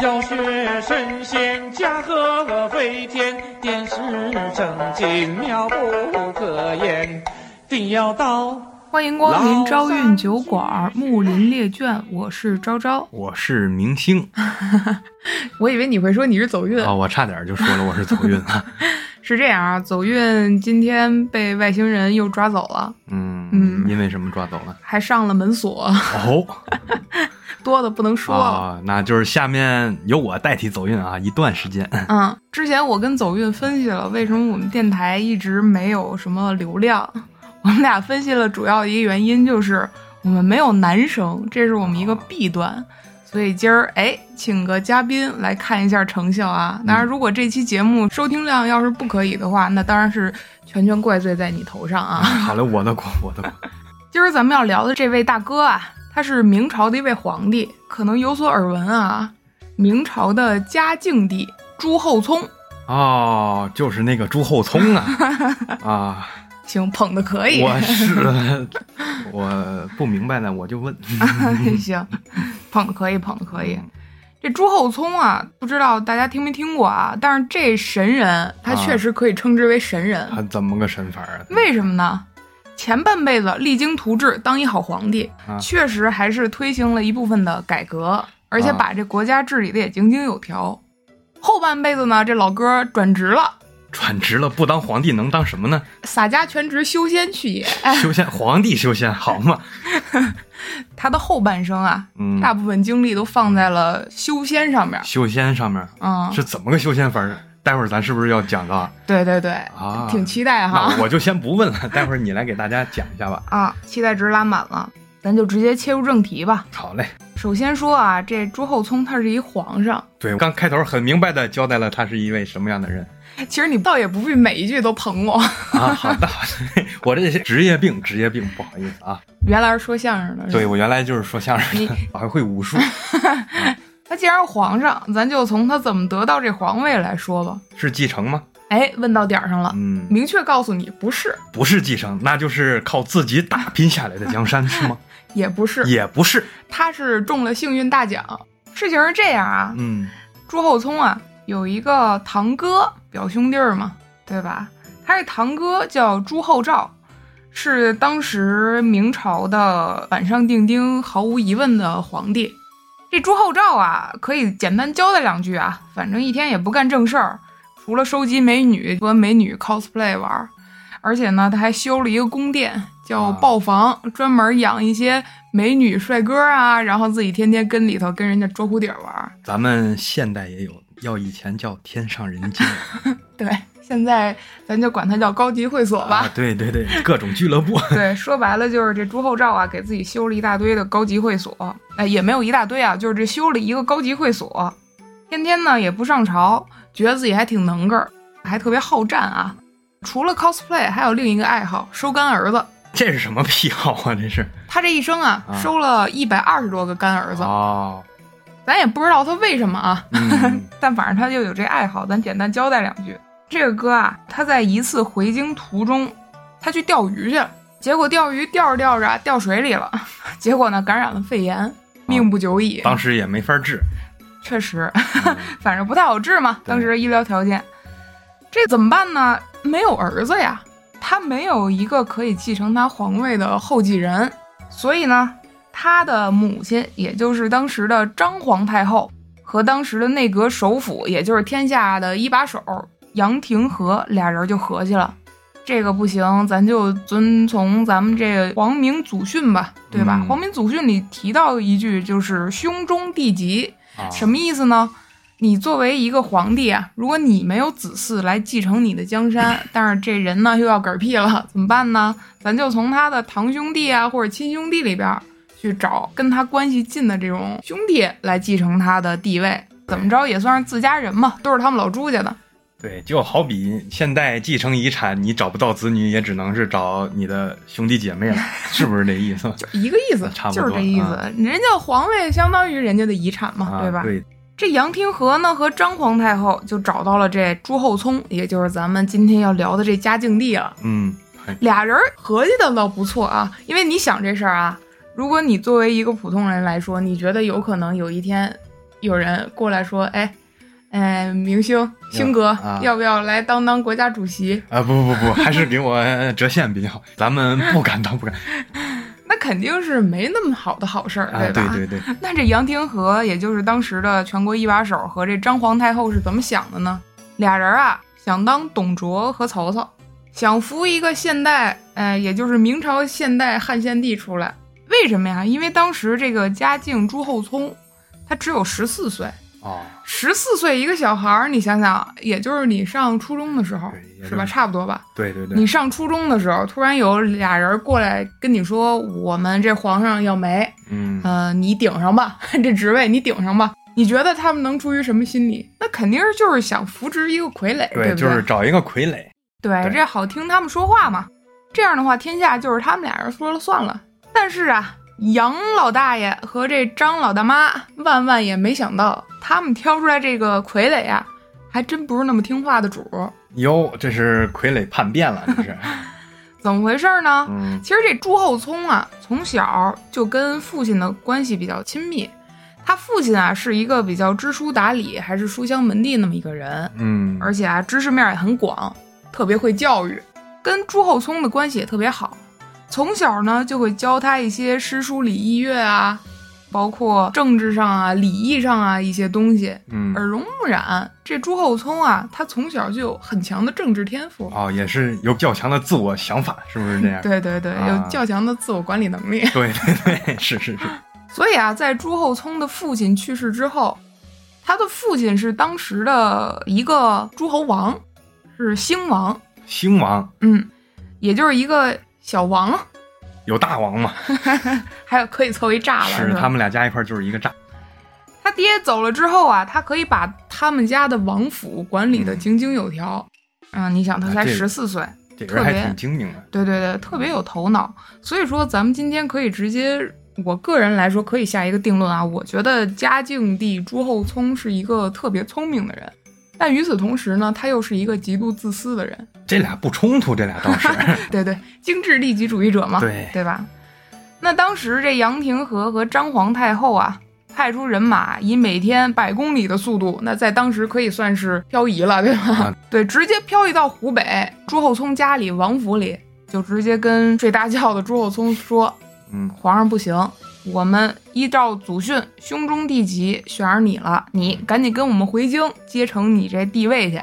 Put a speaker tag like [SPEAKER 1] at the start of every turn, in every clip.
[SPEAKER 1] 要学神仙驾鹤飞天，点石成金妙不可言。定要到
[SPEAKER 2] 欢迎光临朝韵酒馆，木林列卷，我是昭昭。
[SPEAKER 3] 我是明星
[SPEAKER 2] 我以为你会说你是走运，
[SPEAKER 3] 啊，我差点就说了我是走 运啊。
[SPEAKER 2] 是这样啊，走运今天被外星人又抓走了，
[SPEAKER 3] 嗯
[SPEAKER 2] 嗯，
[SPEAKER 3] 因为什么抓走了？
[SPEAKER 2] 还上了门锁，
[SPEAKER 3] 哦，
[SPEAKER 2] 多的不能说了。
[SPEAKER 3] 啊，那就是下面由我代替走运啊，一段时间。
[SPEAKER 2] 嗯，之前我跟走运分析了为什么我们电台一直没有什么流量， 我们俩分析了主要一个原因就是我们没有男生，这是我们一个弊端。所以今儿哎，请个嘉宾来看一下成效啊！当然，如果这期节目收听量要是不可以的话，那当然是全权怪罪在你头上啊！
[SPEAKER 3] 好嘞，我的锅，我的锅。
[SPEAKER 2] 今儿咱们要聊的这位大哥啊，他是明朝的一位皇帝，可能有所耳闻啊。明朝的嘉靖帝朱厚熜，
[SPEAKER 3] 哦，就是那个朱厚熜 啊啊，
[SPEAKER 2] 行，捧的可以，
[SPEAKER 3] 我是我不明白呢，我就问。
[SPEAKER 2] 行，捧的可以，捧的可
[SPEAKER 3] 嗯
[SPEAKER 2] 以。这朱厚熜啊，不知道大家听没听过啊？但是这神人，他
[SPEAKER 3] 啊
[SPEAKER 2] 确实可以称之为神人。
[SPEAKER 3] 他怎么个身法啊？
[SPEAKER 2] 为什么呢？前半辈子励精图治，当一好皇帝，
[SPEAKER 3] 啊
[SPEAKER 2] 确实还是推行了一部分的改革，而且
[SPEAKER 3] 啊
[SPEAKER 2] 把这国家治理的也井井有条。后半辈子呢，这老哥转职了，
[SPEAKER 3] 转职了不当皇帝能当什么呢？
[SPEAKER 2] 洒家全职修仙去也。哎，
[SPEAKER 3] 修仙 皇帝修仙好嘛？
[SPEAKER 2] 他的后半生啊，
[SPEAKER 3] 嗯，
[SPEAKER 2] 大部分精力都放在了修仙上面。
[SPEAKER 3] 修仙上面
[SPEAKER 2] 嗯，
[SPEAKER 3] 是怎么个修仙法儿？待会儿咱是不是要讲到啊？
[SPEAKER 2] 对对对，
[SPEAKER 3] 啊
[SPEAKER 2] 挺期待哈
[SPEAKER 3] 那。我就先不问了，待会儿你来给大家讲一下吧。
[SPEAKER 2] 啊，期待值拉满了，咱就直接切入正题吧。
[SPEAKER 3] 好嘞，
[SPEAKER 2] 首先说啊，这朱厚熜他是一皇上，
[SPEAKER 3] 对，我刚开头很明白的交代了他是一位什么样的人
[SPEAKER 2] 其实你倒也不必每一句都捧我。
[SPEAKER 3] 啊。好的，好的，我这些职业病，职业病，不好意思啊。
[SPEAKER 2] 原来是说相声的，是吧
[SPEAKER 3] 嗯对，我原来就是说相声的，我还会 武术，
[SPEAKER 2] 他既然是皇上，咱就从他怎么得到这皇位来说吧。
[SPEAKER 3] 是继承吗？
[SPEAKER 2] 哎，问到点儿上了，
[SPEAKER 3] 嗯，
[SPEAKER 2] 明确告诉你，不是，
[SPEAKER 3] 不是继承，那就是靠自己打拼下来的江山是吗？
[SPEAKER 2] 也不是，
[SPEAKER 3] 也 不是，
[SPEAKER 2] 他是中了幸运大奖。事情是这样啊，
[SPEAKER 3] 嗯，
[SPEAKER 2] 朱厚熜啊有一个堂哥，表兄弟儿嘛，对吧？他这堂哥叫朱厚照，是当时明朝的板上钉钉、毫无疑问的皇帝。这朱厚照啊，可以简单交代两句啊，反正一天也不干正事儿，除了收集美女和美女 cosplay 玩儿，而且呢，他还修了一个宫殿叫
[SPEAKER 3] 啊
[SPEAKER 2] 豹房，专门养一些美女帅哥啊，然后自己天天跟里头跟人家捉蝴蝶玩儿。
[SPEAKER 3] 咱们现代也有，要以前叫天上人 间
[SPEAKER 2] 对，现在咱就管它叫高级会所
[SPEAKER 3] 啊
[SPEAKER 2] 吧。，
[SPEAKER 3] 对对对，各种俱乐部，
[SPEAKER 2] 对，说白了就是这朱厚照啊，给自己修了一大堆的高级会所，哎，也没有一大堆啊，就是这修了一个高级会所，天天呢也不上朝，觉得自己还挺能个儿，还特别好战啊。除了 cosplay，还有另一个爱好，收干儿子。
[SPEAKER 3] 这是什么癖好啊？这是
[SPEAKER 2] 他这一生啊，
[SPEAKER 3] 啊
[SPEAKER 2] 收了一百二十多个干儿子，
[SPEAKER 3] 哦，
[SPEAKER 2] 咱也不知道他为什么啊，
[SPEAKER 3] 嗯
[SPEAKER 2] 但反正他就有这爱好，咱简单交代两句。这个哥啊，他在一次回京途中，他去钓鱼去了，结果钓鱼钓着钓着啊，掉水里了， 结果呢感染了肺炎，命不久矣。
[SPEAKER 3] 哦当时也没法治。
[SPEAKER 2] 确实，
[SPEAKER 3] 嗯
[SPEAKER 2] 反正不太好治嘛，
[SPEAKER 3] 对
[SPEAKER 2] 当时的医疗条件。这怎么办呢？没有儿子呀，他没有一个可以继承他皇位的后继人，所以呢，他的母亲，也就是当时的张皇太后，和当时的内阁首辅，也就是天下的一把手杨廷和，俩人就合计了。这个不行，咱就遵从咱们这个皇明祖训吧，对吧？
[SPEAKER 3] 嗯
[SPEAKER 2] 皇明祖训里提到一句，就是“兄终弟及”，
[SPEAKER 3] 啊
[SPEAKER 2] 什么意思呢？你作为一个皇帝啊，如果你没有子嗣来继承你的江 山，但是这人呢又要嗝屁了，怎么办呢？咱就从他的堂兄弟啊或者亲兄弟里边儿去找跟他关系近的这种兄弟来继承他的地位，怎么着也算是自家人嘛，都是他们老朱家的。
[SPEAKER 3] 对，就好比现代继承遗产，你找不到子女，也只能是找你的兄弟姐妹了，是不是这意思？
[SPEAKER 2] 就一个意思，
[SPEAKER 3] 差不
[SPEAKER 2] 就
[SPEAKER 3] 多嗯
[SPEAKER 2] 是这意思。人家皇位相当于人家的遗产嘛，
[SPEAKER 3] 啊，
[SPEAKER 2] 对吧？
[SPEAKER 3] 对，
[SPEAKER 2] 这杨廷和呢和张皇太后就找到了这朱厚熜，也就是咱们今天要聊的这嘉靖帝了。
[SPEAKER 3] 嗯，哎
[SPEAKER 2] 俩人合计的倒不错啊，因为你想这事儿啊，如果你作为一个普通人来说，你觉得有可能有一天有人过来说，哎，哎，明星星哥、
[SPEAKER 3] 啊
[SPEAKER 2] 要不要来当当国家主席？
[SPEAKER 3] 啊，不不不，还是给我折现比较好。咱们不敢当，不敢
[SPEAKER 2] 那肯定是没那么好的好事儿，
[SPEAKER 3] 啊！
[SPEAKER 2] 吧？
[SPEAKER 3] 对对对，
[SPEAKER 2] 那这杨廷和，也就是当时的全国一把手和这张皇太后是怎么想的呢？俩人啊，想当董卓和曹操，想扶一个现代，呃，也就是明朝现代汉献帝出来。为什么呀？因为当时这个嘉靖朱厚熜，他只有十四岁，
[SPEAKER 3] 哦，
[SPEAKER 2] 十四岁一个小孩儿，你想想，也就是你上初中的时候
[SPEAKER 3] 对也，就是
[SPEAKER 2] 是吧？差不多吧。
[SPEAKER 3] 对对对
[SPEAKER 2] 你，上初中的时候，突然有俩人过来跟你说，我们这皇上要没，
[SPEAKER 3] 嗯，
[SPEAKER 2] 呃，你顶上吧， 这职位你顶上吧。你觉得他们能出于什么心理？那肯定是就是想扶植一个傀儡，
[SPEAKER 3] 对，
[SPEAKER 2] 不对？
[SPEAKER 3] 就是找一个傀儡，
[SPEAKER 2] 对，
[SPEAKER 3] 对
[SPEAKER 2] 这好听他们说话嘛。这样的话，天下就是他们俩人说了算了。但是啊，杨老大爷和这张老大妈万万也没想到，他们挑出来这个傀儡啊，还真不是那么听话的主儿。
[SPEAKER 3] 哟，这是傀儡叛变了，这是，
[SPEAKER 2] 怎么回事儿呢？
[SPEAKER 3] 嗯，
[SPEAKER 2] 其实这朱厚熜啊，从小就跟父亲的关系比较亲密。他父亲啊是一个比较知书达理，还是书香门第那么一个人，
[SPEAKER 3] 嗯，
[SPEAKER 2] 而且啊知识面也很广，特别会教育，跟朱厚熜的关系也特别好。从小呢就会教他一些诗书礼义乐啊，包括政治上啊、礼义上啊一些东西，
[SPEAKER 3] 嗯，
[SPEAKER 2] 耳濡目染。这朱厚熜啊，他从小就有很强的政治天赋，
[SPEAKER 3] 哦，也是有较强的自我想法，是不是这样？
[SPEAKER 2] 对对对，
[SPEAKER 3] 啊
[SPEAKER 2] 有较强的自我管理能力。
[SPEAKER 3] 对对对，是是是，
[SPEAKER 2] 所以啊，在朱厚熜的父亲去世之后，他的父亲是当时的一个诸侯王，是兴王，
[SPEAKER 3] 兴王
[SPEAKER 2] 嗯，也就是一个小王，
[SPEAKER 3] 有大王嘛，
[SPEAKER 2] 还有可以凑一炸了。
[SPEAKER 3] 是
[SPEAKER 2] 是吧
[SPEAKER 3] 他们俩加一块儿就是一个炸，
[SPEAKER 2] 他爹走了之后啊，他可以把他们家的王府管理的井井有条。嗯你想他
[SPEAKER 3] 啊
[SPEAKER 2] 才
[SPEAKER 3] 这
[SPEAKER 2] 十四岁，
[SPEAKER 3] 这
[SPEAKER 2] 特
[SPEAKER 3] 人还
[SPEAKER 2] 别
[SPEAKER 3] 挺精明的，
[SPEAKER 2] 对对对，特别有头脑。所以说，咱们今天可以直接，我个人来说可以下一个定论啊。我觉得嘉靖帝朱厚熜是一个特别聪明的人，但与此同时呢，他又是一个极度自私的人。
[SPEAKER 3] 这俩不冲突，这俩倒 是，
[SPEAKER 2] 对对，精致利己主义者嘛，
[SPEAKER 3] 对
[SPEAKER 2] 吧？那当时这杨廷和和张皇太后啊，派出人马以每天百公里的速度，那在当时可以算是漂移了，对吧？
[SPEAKER 3] 啊
[SPEAKER 2] 对，直接漂移到湖北朱厚熜家里王府里，就直接跟睡大觉的朱厚熜说
[SPEAKER 3] 嗯：“，
[SPEAKER 2] 皇上不行，我们依照祖训，兄终弟及，选上你了，你赶紧跟我们回京，接承你这地位去。”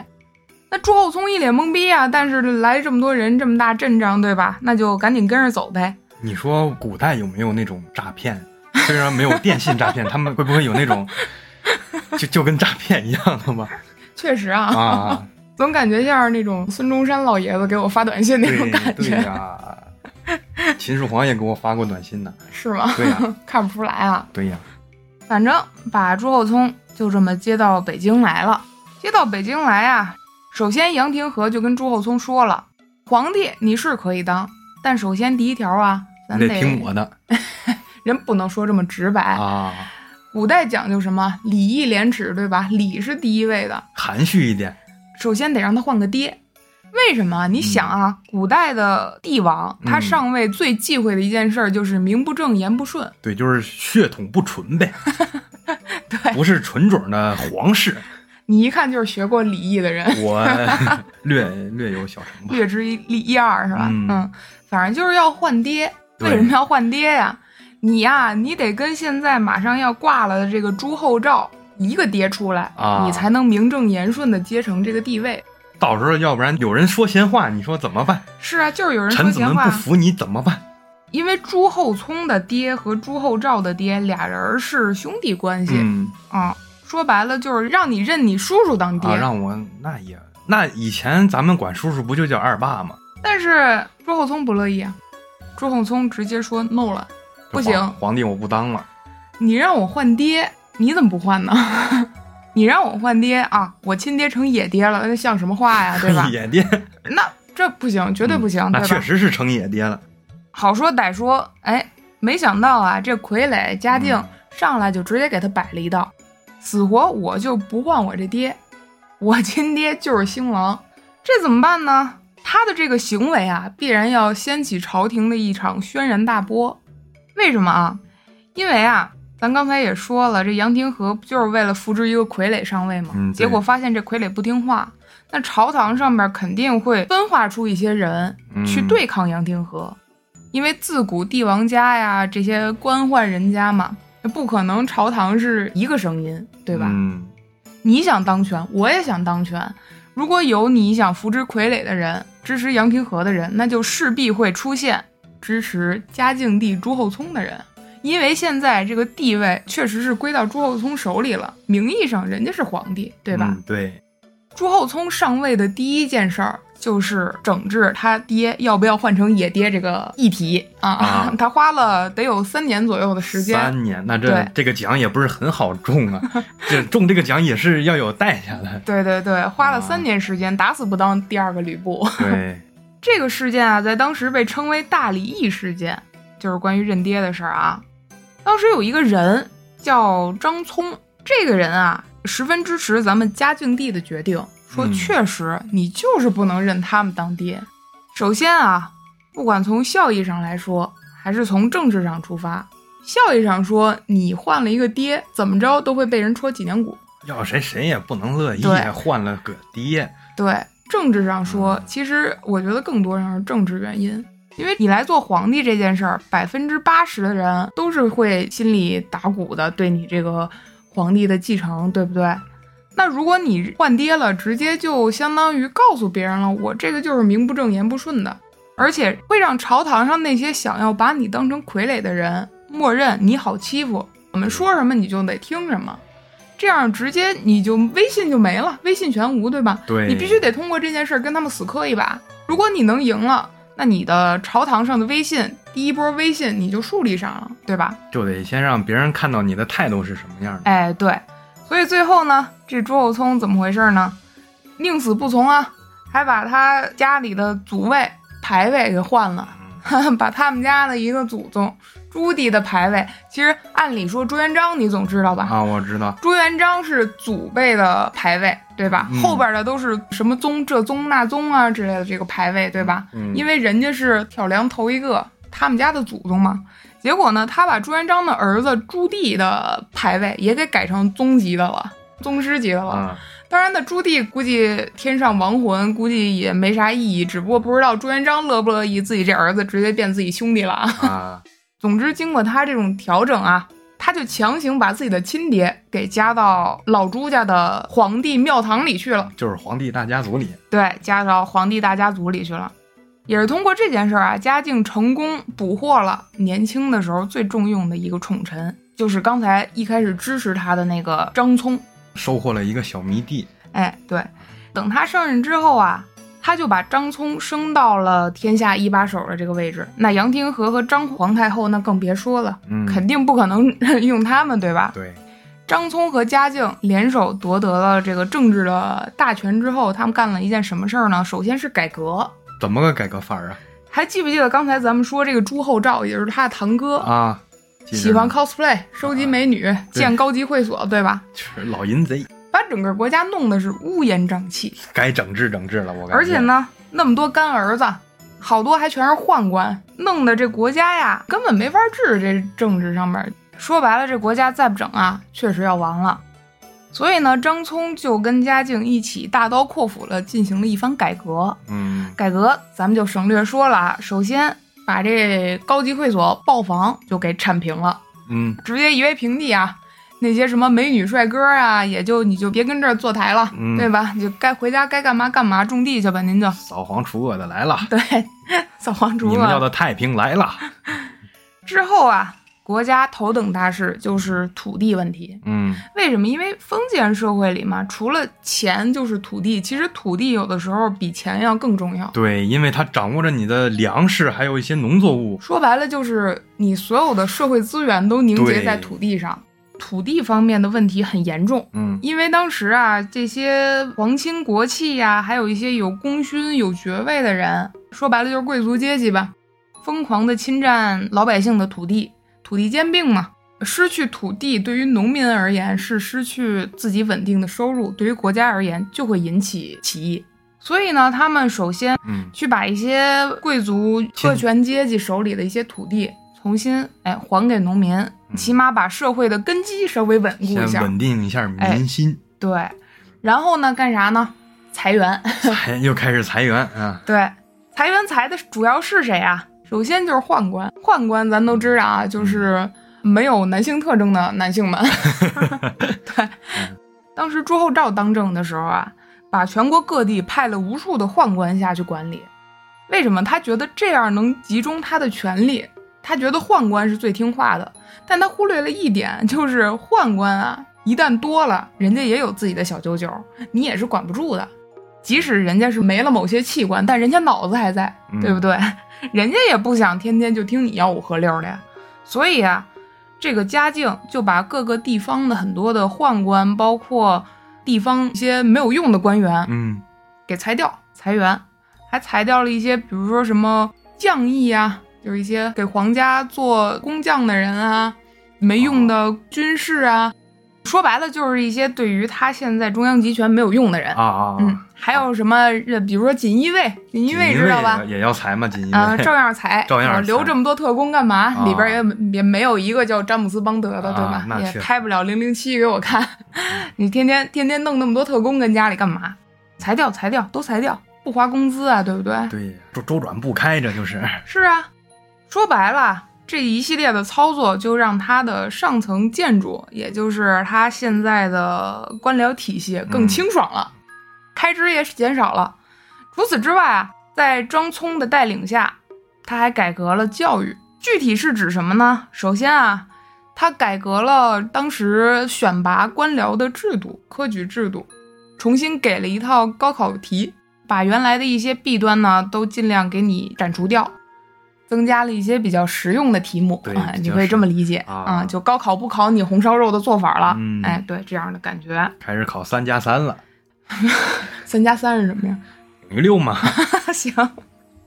[SPEAKER 2] 那朱厚熜一脸懵逼啊，但是来这么多人，这么大阵仗，对吧？那就赶紧跟着走呗。
[SPEAKER 3] 你说古代有没有那种诈骗？虽然没有电信诈骗，他们会不会有那种就就跟诈骗一样的 吗？
[SPEAKER 2] 确实啊，
[SPEAKER 3] 啊，
[SPEAKER 2] 总感觉像是那种孙中山老爷子给我发短信那种
[SPEAKER 3] 对
[SPEAKER 2] 感
[SPEAKER 3] 对
[SPEAKER 2] 觉，
[SPEAKER 3] 呀、秦始皇也给我发过短信呢。
[SPEAKER 2] 是吗？
[SPEAKER 3] 对呀、
[SPEAKER 2] 看不出来啊。
[SPEAKER 3] 对呀、
[SPEAKER 2] 反正把朱厚熜就这么接到北京来了。接到北京来啊，首先杨廷和就跟朱厚熜说了：“皇帝你是可以当，但首先第一条啊，咱哎
[SPEAKER 3] 你得听我的
[SPEAKER 2] 人不能说这么直白。
[SPEAKER 3] 啊，
[SPEAKER 2] 古代讲究什么礼义廉耻，对吧？礼是第一位的，
[SPEAKER 3] 含蓄一点。
[SPEAKER 2] 首先得让他换个爹。为什么？你想啊，古代的帝王他
[SPEAKER 3] 嗯
[SPEAKER 2] 上位最忌讳的一件事儿就是名不正言不顺。
[SPEAKER 3] 对，就是血统不纯呗，
[SPEAKER 2] 对
[SPEAKER 3] 不是纯种的皇室。
[SPEAKER 2] 你一看就是学过礼义的人。”
[SPEAKER 3] 我 略略有小成吧。
[SPEAKER 2] 略知一一二是吧？
[SPEAKER 3] 嗯
[SPEAKER 2] 反正就是要换爹。
[SPEAKER 3] 对
[SPEAKER 2] 为什么要换爹呀？你呀、你得跟现在马上要挂了的这个朱厚照一个爹出来，
[SPEAKER 3] 啊
[SPEAKER 2] 你才能名正言顺的接承这个地位。
[SPEAKER 3] 到时候要不然有人说闲话，你说怎么办？
[SPEAKER 2] 是啊，就是有人说
[SPEAKER 3] 臣子
[SPEAKER 2] 闲
[SPEAKER 3] 们不
[SPEAKER 2] 话，
[SPEAKER 3] 服你怎么办？
[SPEAKER 2] 因为朱厚熜的爹和朱厚照的爹俩人是兄弟关系
[SPEAKER 3] 嗯
[SPEAKER 2] 啊、说白了就是让你认你叔叔当爹。
[SPEAKER 3] 啊，让我那也那以前咱们管叔叔不就叫二爸吗？
[SPEAKER 2] 但是朱厚熜不乐意啊，朱厚熜直接说 no 了，
[SPEAKER 3] 就
[SPEAKER 2] 不行
[SPEAKER 3] 皇，皇帝我不当了。
[SPEAKER 2] 你让我换爹，你怎么不换呢？ 你让我换爹啊，我亲爹成野爹了，那像什么话呀， 对吧？
[SPEAKER 3] 野爹，嗯
[SPEAKER 2] 那这不行，绝对不行，
[SPEAKER 3] 那
[SPEAKER 2] 对
[SPEAKER 3] 确
[SPEAKER 2] 吧？
[SPEAKER 3] 实是成野爹了。
[SPEAKER 2] 好说歹说，哎，没想到啊，这傀儡嘉靖
[SPEAKER 3] 嗯
[SPEAKER 2] 上来就直接给他摆了一道，死活我就不换我这爹，我亲爹就是兴王，这怎么办呢？他的这个行为啊，必然要掀起朝廷的一场轩然大波。为什么啊？因为啊，咱刚才也说了，这杨廷和不就是为了扶植一个傀儡上位吗？
[SPEAKER 3] 嗯对
[SPEAKER 2] 结果发现这傀儡不听话，那朝堂上面肯定会分化出一些人
[SPEAKER 3] 嗯
[SPEAKER 2] 去对抗杨廷和，因为自古帝王家呀这些官宦人家嘛，那不可能朝堂是一个声音，对吧？
[SPEAKER 3] 嗯
[SPEAKER 2] 你想当权，我也想当权。如果有你想扶植傀儡的人，支持杨廷和的人，那就势必会出现支持嘉靖帝朱厚熜的人，因为现在这个地位确实是归到朱厚熜手里了，名义上人家是皇帝，对吧？
[SPEAKER 3] 嗯对，
[SPEAKER 2] 朱厚熜上位的第一件事儿就是整治他爹要不要换成野爹这个议题啊，
[SPEAKER 3] 啊
[SPEAKER 2] 他花了得有三年左右的时间，
[SPEAKER 3] 三年，那这
[SPEAKER 2] 对
[SPEAKER 3] 这个奖也不是很好中 啊，这中这个奖也是要有代价的。
[SPEAKER 2] 对对对，花了
[SPEAKER 3] 啊
[SPEAKER 2] 三年时间，打死不当第二个吕布。
[SPEAKER 3] 对，
[SPEAKER 2] 这个事件啊，在当时被称为大礼义事件，就是关于认爹的事儿啊。当时有一个人叫张聪，这个人啊，十分支持咱们嘉靖帝的决定，说
[SPEAKER 3] 嗯
[SPEAKER 2] 确实你就是不能认他们当爹。首先啊，不管从效益上来说，还是从政治上出发，效益上说，你换了一个爹，怎么着都会被人戳脊梁骨。
[SPEAKER 3] 要谁谁也不能乐意啊
[SPEAKER 2] 对
[SPEAKER 3] 换了个爹。
[SPEAKER 2] 对政治上说
[SPEAKER 3] 嗯，
[SPEAKER 2] 其实我觉得更多上是政治原因，因为你来做皇帝这件事儿，百分之八十的人都是会心里打鼓的，对你这个皇帝的继承，对不对？那如果你换爹了，直接就相当于告诉别人了，我这个就是名不正言不顺的，而且会让朝堂上那些想要把你当成傀儡的人默认你好欺负，我们说什么你就得听什么，这样直接你就威信就没了，威信全无，对吧？
[SPEAKER 3] 对，
[SPEAKER 2] 你必须得通过这件事儿跟他们死磕一把。如果你能赢了，那你的朝堂上的威信，第一波威信你就树立上了，对吧？
[SPEAKER 3] 就得先让别人看到你的态度是什么样的。
[SPEAKER 2] 哎，对，所以最后呢，这朱厚熜怎么回事呢？宁死不从啊，还把他家里的祖位牌位给换了，
[SPEAKER 3] 嗯
[SPEAKER 2] 把他们家的一个祖宗朱棣的牌位，其实按理说朱元璋你总知道吧？
[SPEAKER 3] 啊，我知道，
[SPEAKER 2] 朱元璋是祖辈的牌位，对吧？
[SPEAKER 3] 嗯
[SPEAKER 2] 后边的都是什么宗、这宗、那宗啊之类的这个牌位，对吧？
[SPEAKER 3] 嗯，
[SPEAKER 2] 因为人家是挑梁头一个，他们家的祖宗嘛。结果呢，他把朱元璋的儿子朱棣的牌位也给改成宗级的了，宗师级的了。
[SPEAKER 3] 啊，
[SPEAKER 2] 当然呢，朱棣估计天上亡魂，估计也没啥意义，只不过不知道朱元璋乐不乐意自己这儿子直接变自己兄弟了啊。
[SPEAKER 3] 啊，
[SPEAKER 2] 总之，经过他这种调整啊，他就强行把自己的亲爹给加到老朱家的皇帝庙堂里去了，
[SPEAKER 3] 就是皇帝大家族里，
[SPEAKER 2] 对，加到皇帝大家族里去了。也是通过这件事儿啊，嘉靖成功捕获了年轻的时候最重用的一个宠臣，就是刚才一开始支持他的那个张聪。
[SPEAKER 3] 收获了一个小迷弟。
[SPEAKER 2] 哎，对，等他上任之后啊，他就把张聪升到了天下一把手的这个位置。那杨廷和和张皇太后那更别说了，
[SPEAKER 3] 嗯，
[SPEAKER 2] 肯定不可能 用他们，对吧？
[SPEAKER 3] 对，
[SPEAKER 2] 张聪和嘉靖联手夺得了这个政治的大权之后，他们干了一件什么事儿呢？首先是改革。
[SPEAKER 3] 怎么个改革法儿啊？
[SPEAKER 2] 还记不记得刚才咱们说这个朱厚照，也就是他的堂哥，
[SPEAKER 3] 啊，记着
[SPEAKER 2] 喜欢
[SPEAKER 3] 呢
[SPEAKER 2] cosplay、收集美女、
[SPEAKER 3] 对
[SPEAKER 2] 建高级会所，对吧？
[SPEAKER 3] 就是老淫贼，
[SPEAKER 2] 把整个国家弄得是乌烟瘴气。
[SPEAKER 3] 该整治整治了。我感觉，
[SPEAKER 2] 而且，呢，那么多干儿子，好多还全是宦官，弄得这国家呀根本没法治。这政治上面说白了，这国家再不整啊，确实要完了。所以呢，张聪就跟嘉靖一起大刀阔斧的进行了一番改革。
[SPEAKER 3] 嗯，
[SPEAKER 2] 改革咱们就省略说了啊，首先把这高级会所豹房就给铲平了，
[SPEAKER 3] 嗯，
[SPEAKER 2] 直接夷为平地啊。那些什么美女帅哥啊，也就你就别跟这儿坐台了，
[SPEAKER 3] 嗯
[SPEAKER 2] 对吧？你就该回家该干嘛干嘛，种地去吧，您就。
[SPEAKER 3] 扫黄除恶的来了，
[SPEAKER 2] 对，扫黄除
[SPEAKER 3] 你们要
[SPEAKER 2] 恶
[SPEAKER 3] 的太平来了。
[SPEAKER 2] 之后啊，国家头等大事就是土地问题。
[SPEAKER 3] 嗯，
[SPEAKER 2] 为什么？因为封建社会里嘛，除了钱就是土地，其实土地有的时候比钱要更重要。
[SPEAKER 3] 对，因为他掌握着你的粮食，还有一些农作物。
[SPEAKER 2] 说白了，就是你所有的社会资源都凝结
[SPEAKER 3] 对
[SPEAKER 2] 在土地上，土地方面的问题很严重。
[SPEAKER 3] 嗯，
[SPEAKER 2] 因为当时啊，这些皇亲国戚呀、还有一些有功勋、有爵位的人，说白了就是贵族阶级吧，疯狂的侵占老百姓的土地，土地兼并嘛。失去土地对于农民而言是失去自己稳定的收入，对于国家而言就会引起起义。所以呢，他们首先
[SPEAKER 3] 嗯，
[SPEAKER 2] 去把一些贵族特权阶级手里的一些土地重新哎还给农民，起码把社会的根基稍微稳固一
[SPEAKER 3] 嗯先
[SPEAKER 2] 下。哎
[SPEAKER 3] 稳定一下民心，
[SPEAKER 2] 对，然后呢，干啥呢？裁员。
[SPEAKER 3] 裁又开始裁员啊，
[SPEAKER 2] 对，裁员裁的主要是谁啊？首先就是宦官，宦官咱都知道啊，就是没有男性特征的男性们。对，当时朱厚照当政的时候啊，把全国各地派了无数的宦官下去管理。为什么？他觉得这样能集中他的权力，他觉得宦官是最听话的，但他忽略了一点，就是宦官啊，一旦多了，人家也有自己的小九九，你也是管不住的。即使人家是没了某些器官，但人家脑子还在，
[SPEAKER 3] 嗯
[SPEAKER 2] 对不对？人家也不想天天就听你吆五喝六的呀。所以啊，这个嘉靖就把各个地方的很多的宦官，包括地方一些没有用的官员，
[SPEAKER 3] 嗯
[SPEAKER 2] 给裁掉、裁员，还裁掉了一些，比如说什么将役啊，就是一些给皇家做工匠的人啊，没用的军事啊，说白了就是一些对于他现在中央集权没有用的人。
[SPEAKER 3] 啊啊，
[SPEAKER 2] 嗯，还有什么？呃比如说锦衣卫，锦衣卫知道吧？
[SPEAKER 3] 也要裁嘛，锦衣
[SPEAKER 2] 啊、
[SPEAKER 3] 卫
[SPEAKER 2] 照样裁，
[SPEAKER 3] 照样裁
[SPEAKER 2] 呃留这么多特工干嘛？
[SPEAKER 3] 啊
[SPEAKER 2] 里边也也没有一个叫詹姆斯邦德的，
[SPEAKER 3] 啊
[SPEAKER 2] 对吧？
[SPEAKER 3] 那
[SPEAKER 2] 也
[SPEAKER 3] 确实
[SPEAKER 2] 拍不了零零七给我看， 你天天天天弄那么多特工跟家里干嘛？裁掉，裁掉，都裁掉，不花工资啊，对不对？
[SPEAKER 3] 对，周周转不开，这就是
[SPEAKER 2] 是啊，说白了，这一系列的操作就让他的上层建筑，也就是他现在的官僚体系更清爽了，开支也减少了。除此之外啊，在张聪的带领下，他还改革了教育，具体是指什么呢？首先啊。他改革了当时选拔官僚的制度、科举制度，重新给了一套高考题，把原来的一些弊端呢都尽量给你斩除掉，增加了一些比较实用的题目，
[SPEAKER 3] 对
[SPEAKER 2] 啊，
[SPEAKER 3] 比较
[SPEAKER 2] 你可以这么理解
[SPEAKER 3] 啊
[SPEAKER 2] 就高考不考你红烧肉的做法了，
[SPEAKER 3] 嗯
[SPEAKER 2] 哎，对，这样的感觉。
[SPEAKER 3] 开始考三加三了，
[SPEAKER 2] 三加三是什么呀？
[SPEAKER 3] 等于六嘛，
[SPEAKER 2] 行，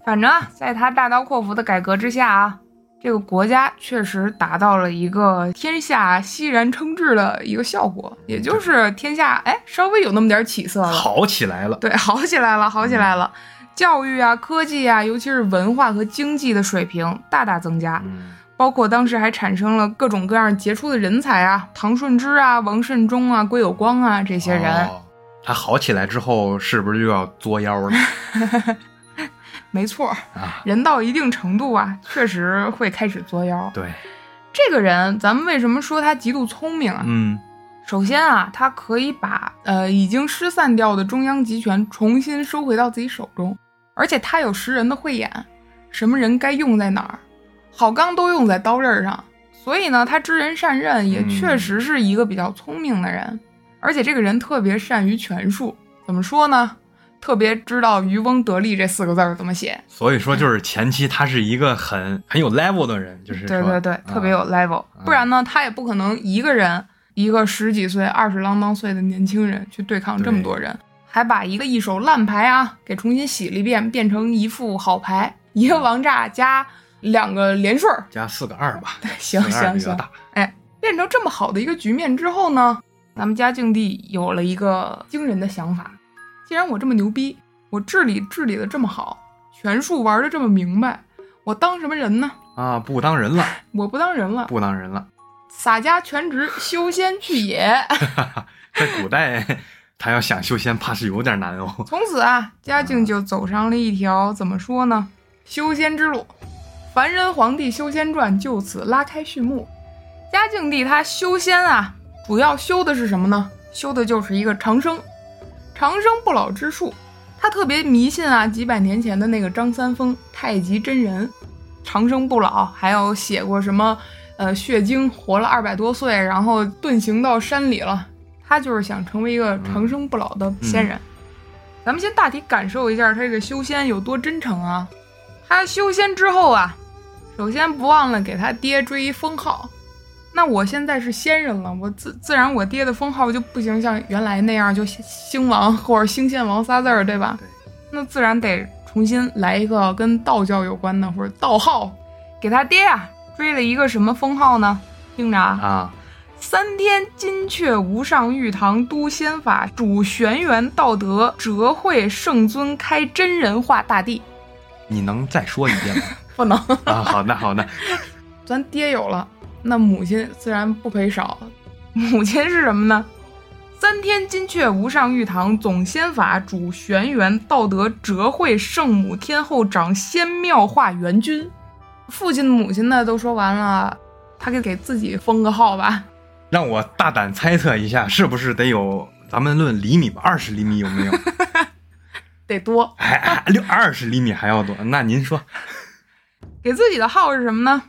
[SPEAKER 2] 反正啊，在他大刀阔斧的改革之下啊，这个国家确实达到了一个天下熙然称治的一个效果，也就是天下哎稍微有那么点起色了，
[SPEAKER 3] 好起来了，
[SPEAKER 2] 哦对，好起来了，好起来了。教育啊、科技啊，尤其是文化和经济的水平大大增加，
[SPEAKER 3] 嗯，
[SPEAKER 2] 包括当时还产生了各种各样杰出的人才啊，唐顺之啊、王慎中啊、归有光啊这
[SPEAKER 3] 一
[SPEAKER 2] 些人，
[SPEAKER 3] 哦他好起来之后，是不是又要作妖了
[SPEAKER 2] 没错儿，
[SPEAKER 3] 啊？
[SPEAKER 2] 人到一定程度啊，确实会开始作妖。
[SPEAKER 3] 对，
[SPEAKER 2] 这个人，咱们为什么说他极度聪明啊？
[SPEAKER 3] 嗯，
[SPEAKER 2] 首先啊，他可以把呃已经失散掉的中央集权重新收回到自己手中，而且他有识人的慧眼，什么人该用在哪儿，好钢都用在刀刃上。所以呢，他知人善任，也
[SPEAKER 3] 嗯
[SPEAKER 2] 确实是一个比较聪明的人，而且这个人特别善于权术。怎么说呢？特别知道“渔翁得利”这四个字儿怎么写。
[SPEAKER 3] 所以说就是前期他是一个很很有 level 的人，就是
[SPEAKER 2] 对
[SPEAKER 3] 说
[SPEAKER 2] 对对
[SPEAKER 3] 啊，
[SPEAKER 2] 特别有 level，、不然呢，他也不可能一个人，一个十几岁、二十啷当岁的年轻人去对抗这么多人，还把一个一手烂牌啊给重新洗了一遍，变成一副好牌，一
[SPEAKER 3] 嗯
[SPEAKER 2] 个王炸加两个连顺儿，
[SPEAKER 3] 加四个二吧，
[SPEAKER 2] 行
[SPEAKER 3] 四个二
[SPEAKER 2] 行
[SPEAKER 3] 比较
[SPEAKER 2] 行，
[SPEAKER 3] 大，
[SPEAKER 2] 变成这么好的一个局面之后呢，咱们嘉靖帝有了一个惊人的想法：既然我这么牛逼，我治理治理的这么好，权术玩的这么明白，我当什么人呢？
[SPEAKER 3] 啊，不当人了，
[SPEAKER 2] 我不当人了，
[SPEAKER 3] 不当人了。
[SPEAKER 2] 洒家全职修仙去也。
[SPEAKER 3] 在古代，他要想修仙，怕是有点难哦。
[SPEAKER 2] 从此啊，嘉靖就走上了一条怎么说呢，修仙之路。《凡人皇帝修仙传》就此拉开序幕。嘉靖帝他修仙啊，主要修的是什么呢？修的就是一个长生，长生不老之术。他特别迷信啊，几百年前的那个张三丰太极真人，长生不老，还有写过什么呃血精活了二百多岁，然后遁形到山里了。他就是想成为一个长生不老的仙人。咱们先大体感受一下他这个修仙有多真诚啊！他修仙之后啊，首先不忘了给他爹追一封号。那我现在是仙人了，我自自然我爹的封号就不行，像原来那样就兴王或者兴献王仨字儿，对吧？
[SPEAKER 3] 对
[SPEAKER 2] 那自然得重新来一个跟道教有关的或者道号，给他爹啊追了一个什么封号呢？听着啊，
[SPEAKER 3] 啊，
[SPEAKER 2] 三天金阙无上玉堂都仙法主玄元道德哲慧圣尊开真人化大帝，
[SPEAKER 3] 你能再说一遍吗？
[SPEAKER 2] 不能，
[SPEAKER 3] 啊，好的好的，
[SPEAKER 2] 咱爹有了，那母亲自然不赔少。母亲是什么呢？三天金阙无上玉堂，总仙法主玄元道德哲慧圣母天后长仙妙化元君。父亲母亲呢都说完了，他给给自己封个号吧。
[SPEAKER 3] 让我大胆猜测一下，是不是得有咱们论厘米吧？二十厘米有没 有？
[SPEAKER 2] 得多
[SPEAKER 3] 还还六二十厘米还要多？那您说
[SPEAKER 2] 给自己的号是什么呢？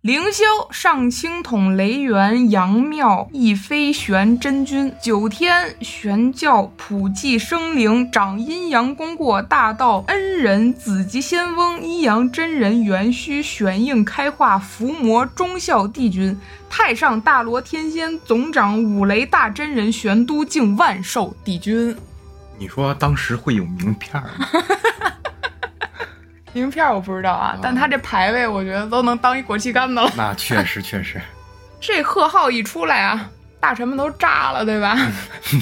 [SPEAKER 2] 凌霄、上清统、雷元、杨妙、一飞玄真君、九天玄教、普济生灵、长阴阳功过、大道恩人、紫极仙翁、阴阳真人、元虚玄应开化、伏魔忠孝帝君、太上大罗天仙总长、五雷大真人、玄都敬万寿帝君。
[SPEAKER 3] 你说当时会有名片儿 吗？
[SPEAKER 2] 名片我不知道啊，但他这排位，我觉得都能当一国旗杆子了。
[SPEAKER 3] 那确实确实，
[SPEAKER 2] 这贺号一出来啊，大臣们都炸了，对吧？
[SPEAKER 3] 嗯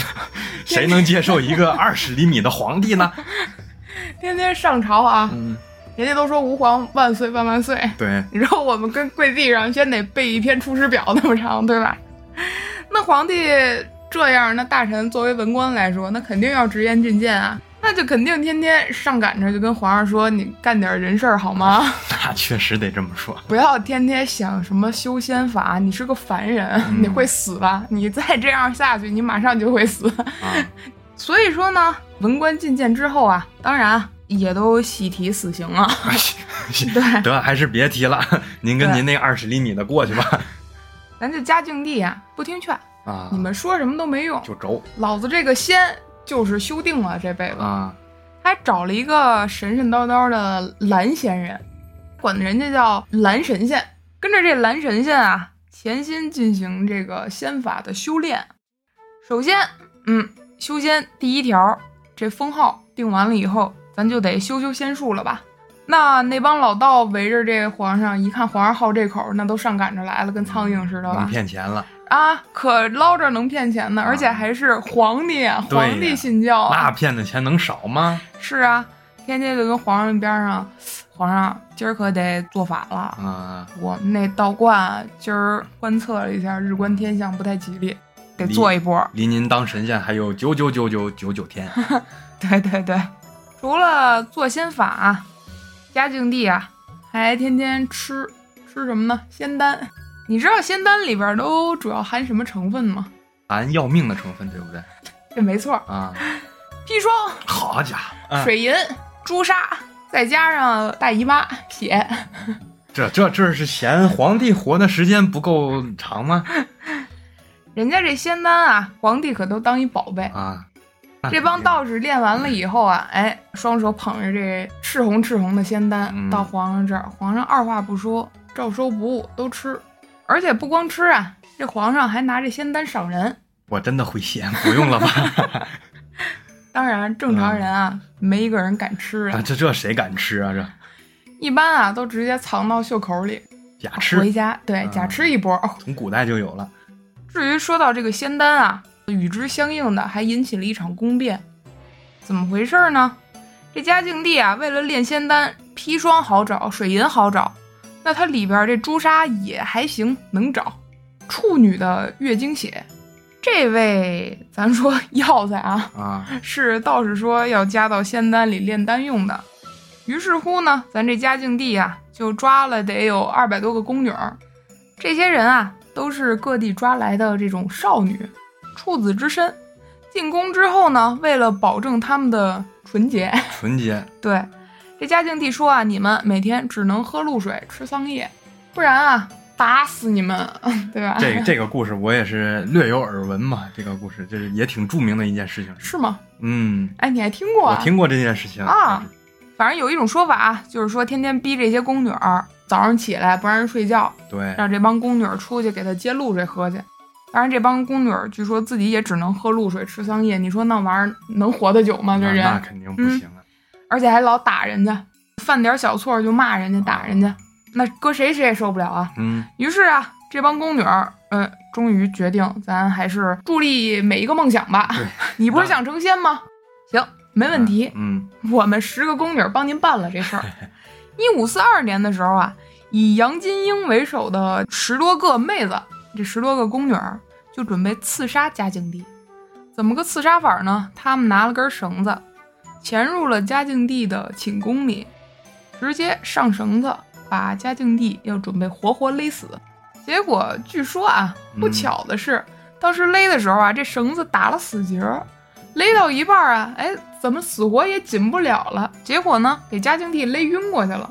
[SPEAKER 3] 谁能接受一个二十厘米的皇帝呢？
[SPEAKER 2] 天天上朝啊，
[SPEAKER 3] 嗯，
[SPEAKER 2] 人家都说吾皇万岁万万岁。
[SPEAKER 3] 对，
[SPEAKER 2] 你说我们跟跪地上先得背一篇《出师表》那么长，对吧？那皇帝这样，那大臣作为文官来说，那肯定要直言进谏啊，那就肯定天天上赶着就跟皇上说，你干点人事儿好吗？
[SPEAKER 3] 那确实得这么说。
[SPEAKER 2] 不要天天想什么修仙法，你是个凡人，
[SPEAKER 3] 嗯
[SPEAKER 2] 你会死吧？你再这样下去，你马上就会死。
[SPEAKER 3] 啊，
[SPEAKER 2] 所以说呢，文官进谏之后啊，当然啊也都喜提死刑啊。对
[SPEAKER 3] 哎得还是别提了，您跟
[SPEAKER 2] 对
[SPEAKER 3] 您那二十厘米的过去吧。
[SPEAKER 2] 咱这嘉靖帝啊，不听劝，
[SPEAKER 3] 啊，
[SPEAKER 2] 你们说什么都没用，
[SPEAKER 3] 就轴
[SPEAKER 2] 老子这个仙就是修定了这辈子。
[SPEAKER 3] 啊，
[SPEAKER 2] 还找了一个神神叨叨的蓝仙人，管人家叫蓝神仙，跟着这蓝神仙啊，潜心进行这个仙法的修炼。首先，嗯，修仙第一条，这封号定完了以后，咱就得修修仙术了吧？那那帮老道围着这皇上，一看皇上好这口，那都上赶着来了，跟苍蝇似的吧
[SPEAKER 3] 嗯能？骗钱了，
[SPEAKER 2] 啊，可捞着能骗钱的，而且
[SPEAKER 3] 啊
[SPEAKER 2] 还是皇帝啊，
[SPEAKER 3] 对呀
[SPEAKER 2] 皇帝信教啊，
[SPEAKER 3] 那骗的钱能少吗？
[SPEAKER 2] 是啊，天天就跟皇上边上，皇上今儿可得做法了。
[SPEAKER 3] 啊，
[SPEAKER 2] 我们那道观今儿观测了一下，日观天象不太吉利，得
[SPEAKER 3] 离
[SPEAKER 2] 做一波。
[SPEAKER 3] 离您当神仙还有九九九九九九天。
[SPEAKER 2] 对对对，除了做仙法啊，嘉靖帝啊，还天天吃吃什么呢？仙丹。你知道仙丹里边都主要含什么成分吗？
[SPEAKER 3] 含要命的成分，对不对？
[SPEAKER 2] 这没错儿，
[SPEAKER 3] 啊，
[SPEAKER 2] 砒霜、
[SPEAKER 3] 好家伙，啊、
[SPEAKER 2] 水银、朱砂，再加上大姨妈血。
[SPEAKER 3] 这这这是嫌皇帝活的时间不够长吗？
[SPEAKER 2] 人家这仙丹啊，皇帝可都当一宝贝。
[SPEAKER 3] 啊，
[SPEAKER 2] 这帮道士练完了以后啊，哎，双手捧着这赤红赤红的仙丹、
[SPEAKER 3] 嗯
[SPEAKER 2] 到皇上这儿，皇上二话不说，照收不误，都吃。而且不光吃啊，这皇上还拿这仙丹赏人。
[SPEAKER 3] 我真的会谢，不用了吧？
[SPEAKER 2] 当然，正常人啊，没一个人敢吃
[SPEAKER 3] 嗯啊
[SPEAKER 2] 啊，
[SPEAKER 3] 这这谁敢吃啊？这
[SPEAKER 2] 一般啊都直接藏到袖口里，
[SPEAKER 3] 假
[SPEAKER 2] 回
[SPEAKER 3] 吃，
[SPEAKER 2] 家对
[SPEAKER 3] 嗯
[SPEAKER 2] 假吃一波。
[SPEAKER 3] 从古代就有了。
[SPEAKER 2] 至于说到这个仙丹啊，与之相应的还引起了一场宫变，怎么回事呢？这嘉靖帝啊，为了炼仙丹，砒霜好找，水银好找，那它里边这朱砂也还行，能找。处女的月经血，这味咱说 药材啊，
[SPEAKER 3] 啊，
[SPEAKER 2] 是道士说要加到仙丹里炼丹用的。于是乎呢，咱这嘉靖帝啊，就抓了得有二百多个宫女儿。这些人啊，都是各地抓来的这种少女，处子之身。进宫之后呢，为了保证她们的纯洁，
[SPEAKER 3] 纯洁
[SPEAKER 2] 对这嘉靖帝说啊，你们每天只能喝露水、吃桑叶，不然啊，打死你们， 对吧？
[SPEAKER 3] 这这个故事我也是略有耳闻嘛，这个故事这是也挺著名的一件事情。
[SPEAKER 2] 是吗？
[SPEAKER 3] 嗯，
[SPEAKER 2] 哎，你还听过、
[SPEAKER 3] 我
[SPEAKER 2] 啊？
[SPEAKER 3] 听过这件事情
[SPEAKER 2] 啊，反正有一种说法啊，就是说天天逼这些宫女儿早上起来不让人睡觉，
[SPEAKER 3] 对，
[SPEAKER 2] 让这帮宫女儿出去给她接露水喝去。当然，这帮宫女儿据说自己也只能喝露水、吃桑叶。你说那玩意儿能活得久吗？这
[SPEAKER 3] 那
[SPEAKER 2] 人，
[SPEAKER 3] 那肯定不行啊。
[SPEAKER 2] 而且还老打人家，犯点小错就骂人家、打人家，那搁谁谁也受不了啊。
[SPEAKER 3] 嗯，
[SPEAKER 2] 于是啊，这帮宫女儿，呃，终于决定，咱还是助力每一个梦想吧
[SPEAKER 3] 对。
[SPEAKER 2] 你不是想成仙吗？行，没问题。
[SPEAKER 3] 嗯，
[SPEAKER 2] 我们十个宫女儿帮您办了这事儿。一五四二年的时候啊，以杨金英为首的十多个妹子，这十多个宫女儿就准备刺杀嘉靖帝。怎么个刺杀法呢？他们拿了根绳子，潜入了嘉靖帝的寝宫里，直接上绳子把嘉靖帝要准备活活勒死。结果据说啊，不
[SPEAKER 3] 嗯
[SPEAKER 2] 巧的是，当时勒的时候啊，这绳子打了死结儿，勒到一半儿啊，哎，怎么死活也紧不了了？结果呢，给嘉靖帝勒晕过去了。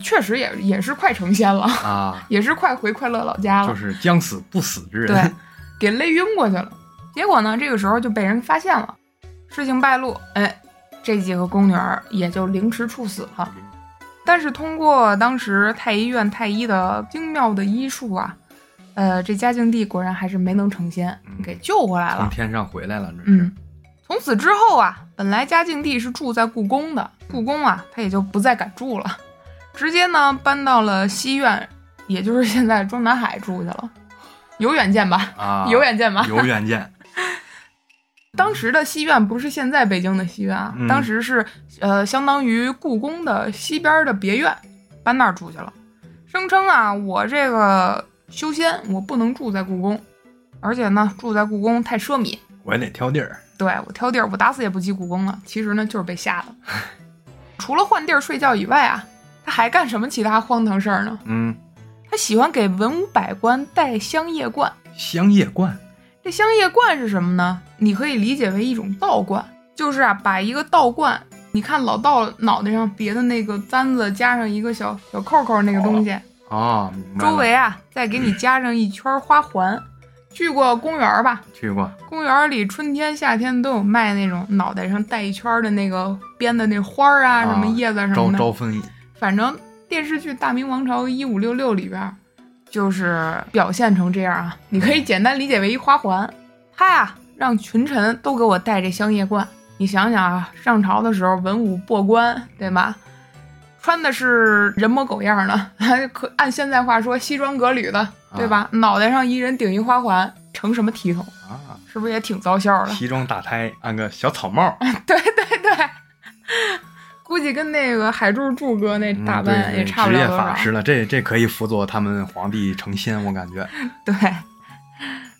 [SPEAKER 2] 确实也也是快成仙了，
[SPEAKER 3] 啊，
[SPEAKER 2] 也是快回快乐老家了。
[SPEAKER 3] 就是将死不死之人。
[SPEAKER 2] 对，给勒晕过去了。结果呢，这个时候就被人发现了，事情败露，哎，这几个宫女儿也就凌迟处死了。但是通过当时太医院太医的精妙的医术啊，呃，这嘉靖帝果然还是没能成仙，
[SPEAKER 3] 嗯
[SPEAKER 2] 给救回来
[SPEAKER 3] 从
[SPEAKER 2] 了。
[SPEAKER 3] 天上回来了，这是
[SPEAKER 2] 嗯，从此之后啊，本来嘉靖帝是住在故宫的，故宫啊，他也就不再敢住了，直接呢搬到了西苑，也就是现在中南海住去了。有远见吧？
[SPEAKER 3] 啊，
[SPEAKER 2] 有远见吧？
[SPEAKER 3] 有远见，
[SPEAKER 2] 当时的西苑不是现在北京的西苑啊，
[SPEAKER 3] 嗯
[SPEAKER 2] 当时是呃，相当于故宫的西边的别院，搬那儿住去了。声称啊，我这个修仙，我不能住在故宫，而且呢，住在故宫太奢靡，
[SPEAKER 3] 我也得挑地儿。
[SPEAKER 2] 对我挑地儿，我打死也不进故宫了。其实呢，就是被吓的。 除了换地儿睡觉以外啊，他还干什么其他荒唐事儿呢？
[SPEAKER 3] 嗯，
[SPEAKER 2] 他喜欢给文武百官带香叶冠。
[SPEAKER 3] 香叶罐
[SPEAKER 2] 这香叶罐是什么呢？你可以理解为一种道观，就是啊，把一个道观，你看老道脑袋上别的那个簪子，加上一个小小扣扣那个东西，
[SPEAKER 3] 哦，明白了
[SPEAKER 2] 周围啊再给你加上一圈花环。去过公园儿吧？
[SPEAKER 3] 去过，
[SPEAKER 2] 公园儿里春天、夏天都有卖那种脑袋上戴一圈儿的那个编的那花儿啊，
[SPEAKER 3] 啊
[SPEAKER 2] 什么叶子啊什
[SPEAKER 3] 招
[SPEAKER 2] 么的。
[SPEAKER 3] 招风
[SPEAKER 2] 反正电视剧《大明王朝一五六六》里边儿，就是表现成这样啊，你
[SPEAKER 3] 嗯
[SPEAKER 2] 可以简单理解为一花环。他呀、让群臣都给我带这香叶冠。你想想啊，上朝的时候文武百官，对吧？穿的是人模狗样的， 还可按现在话说西装革履的，对吧？脑袋上一人顶一花环，成什么体统？
[SPEAKER 3] 啊，
[SPEAKER 2] 是不是也哎挺糟笑的？
[SPEAKER 3] 西装打呔，按个小草帽，
[SPEAKER 2] 对 对 对，估计跟那个海柱柱哥那
[SPEAKER 3] 嗯
[SPEAKER 2] 打
[SPEAKER 3] 对
[SPEAKER 2] 扮
[SPEAKER 3] 对
[SPEAKER 2] 也差不
[SPEAKER 3] 职
[SPEAKER 2] 了
[SPEAKER 3] 业
[SPEAKER 2] 多
[SPEAKER 3] 法
[SPEAKER 2] 少。
[SPEAKER 3] 师了，这这可以辅佐他们皇帝成仙，我感觉。
[SPEAKER 2] 对，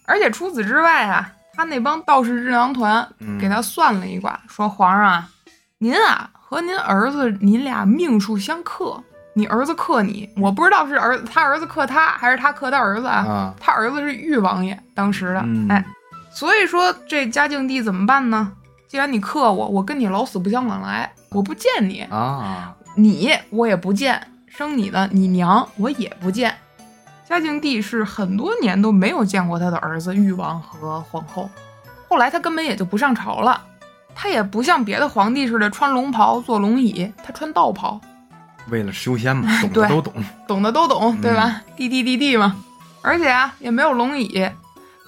[SPEAKER 2] 而且除此之外啊，他那帮道士智囊团
[SPEAKER 3] 嗯，
[SPEAKER 2] 给他算了一卦，说皇上啊，您啊和您儿子您俩命数相克，你儿子克你，我不知道是儿他儿子克他还是他克他儿子啊，
[SPEAKER 3] 啊，
[SPEAKER 2] 他儿子是裕王爷当时的，
[SPEAKER 3] 嗯
[SPEAKER 2] 哎，所以说这嘉靖帝怎么办呢？既然你克我，我跟你老死不相往来，我不见你，
[SPEAKER 3] 啊，
[SPEAKER 2] 你我也不见，生你的你娘我也不见。嘉靖帝是很多年都没有见过他的儿子裕王和皇后，后来他根本也就不上朝了。他也不像别的皇帝似的穿龙袍坐龙椅，他穿道袍，
[SPEAKER 3] 为了修仙嘛，懂
[SPEAKER 2] 对
[SPEAKER 3] 的都懂。
[SPEAKER 2] 懂的都懂，
[SPEAKER 3] 嗯
[SPEAKER 2] 对吧？弟弟弟弟嘛，而且啊也没有龙椅，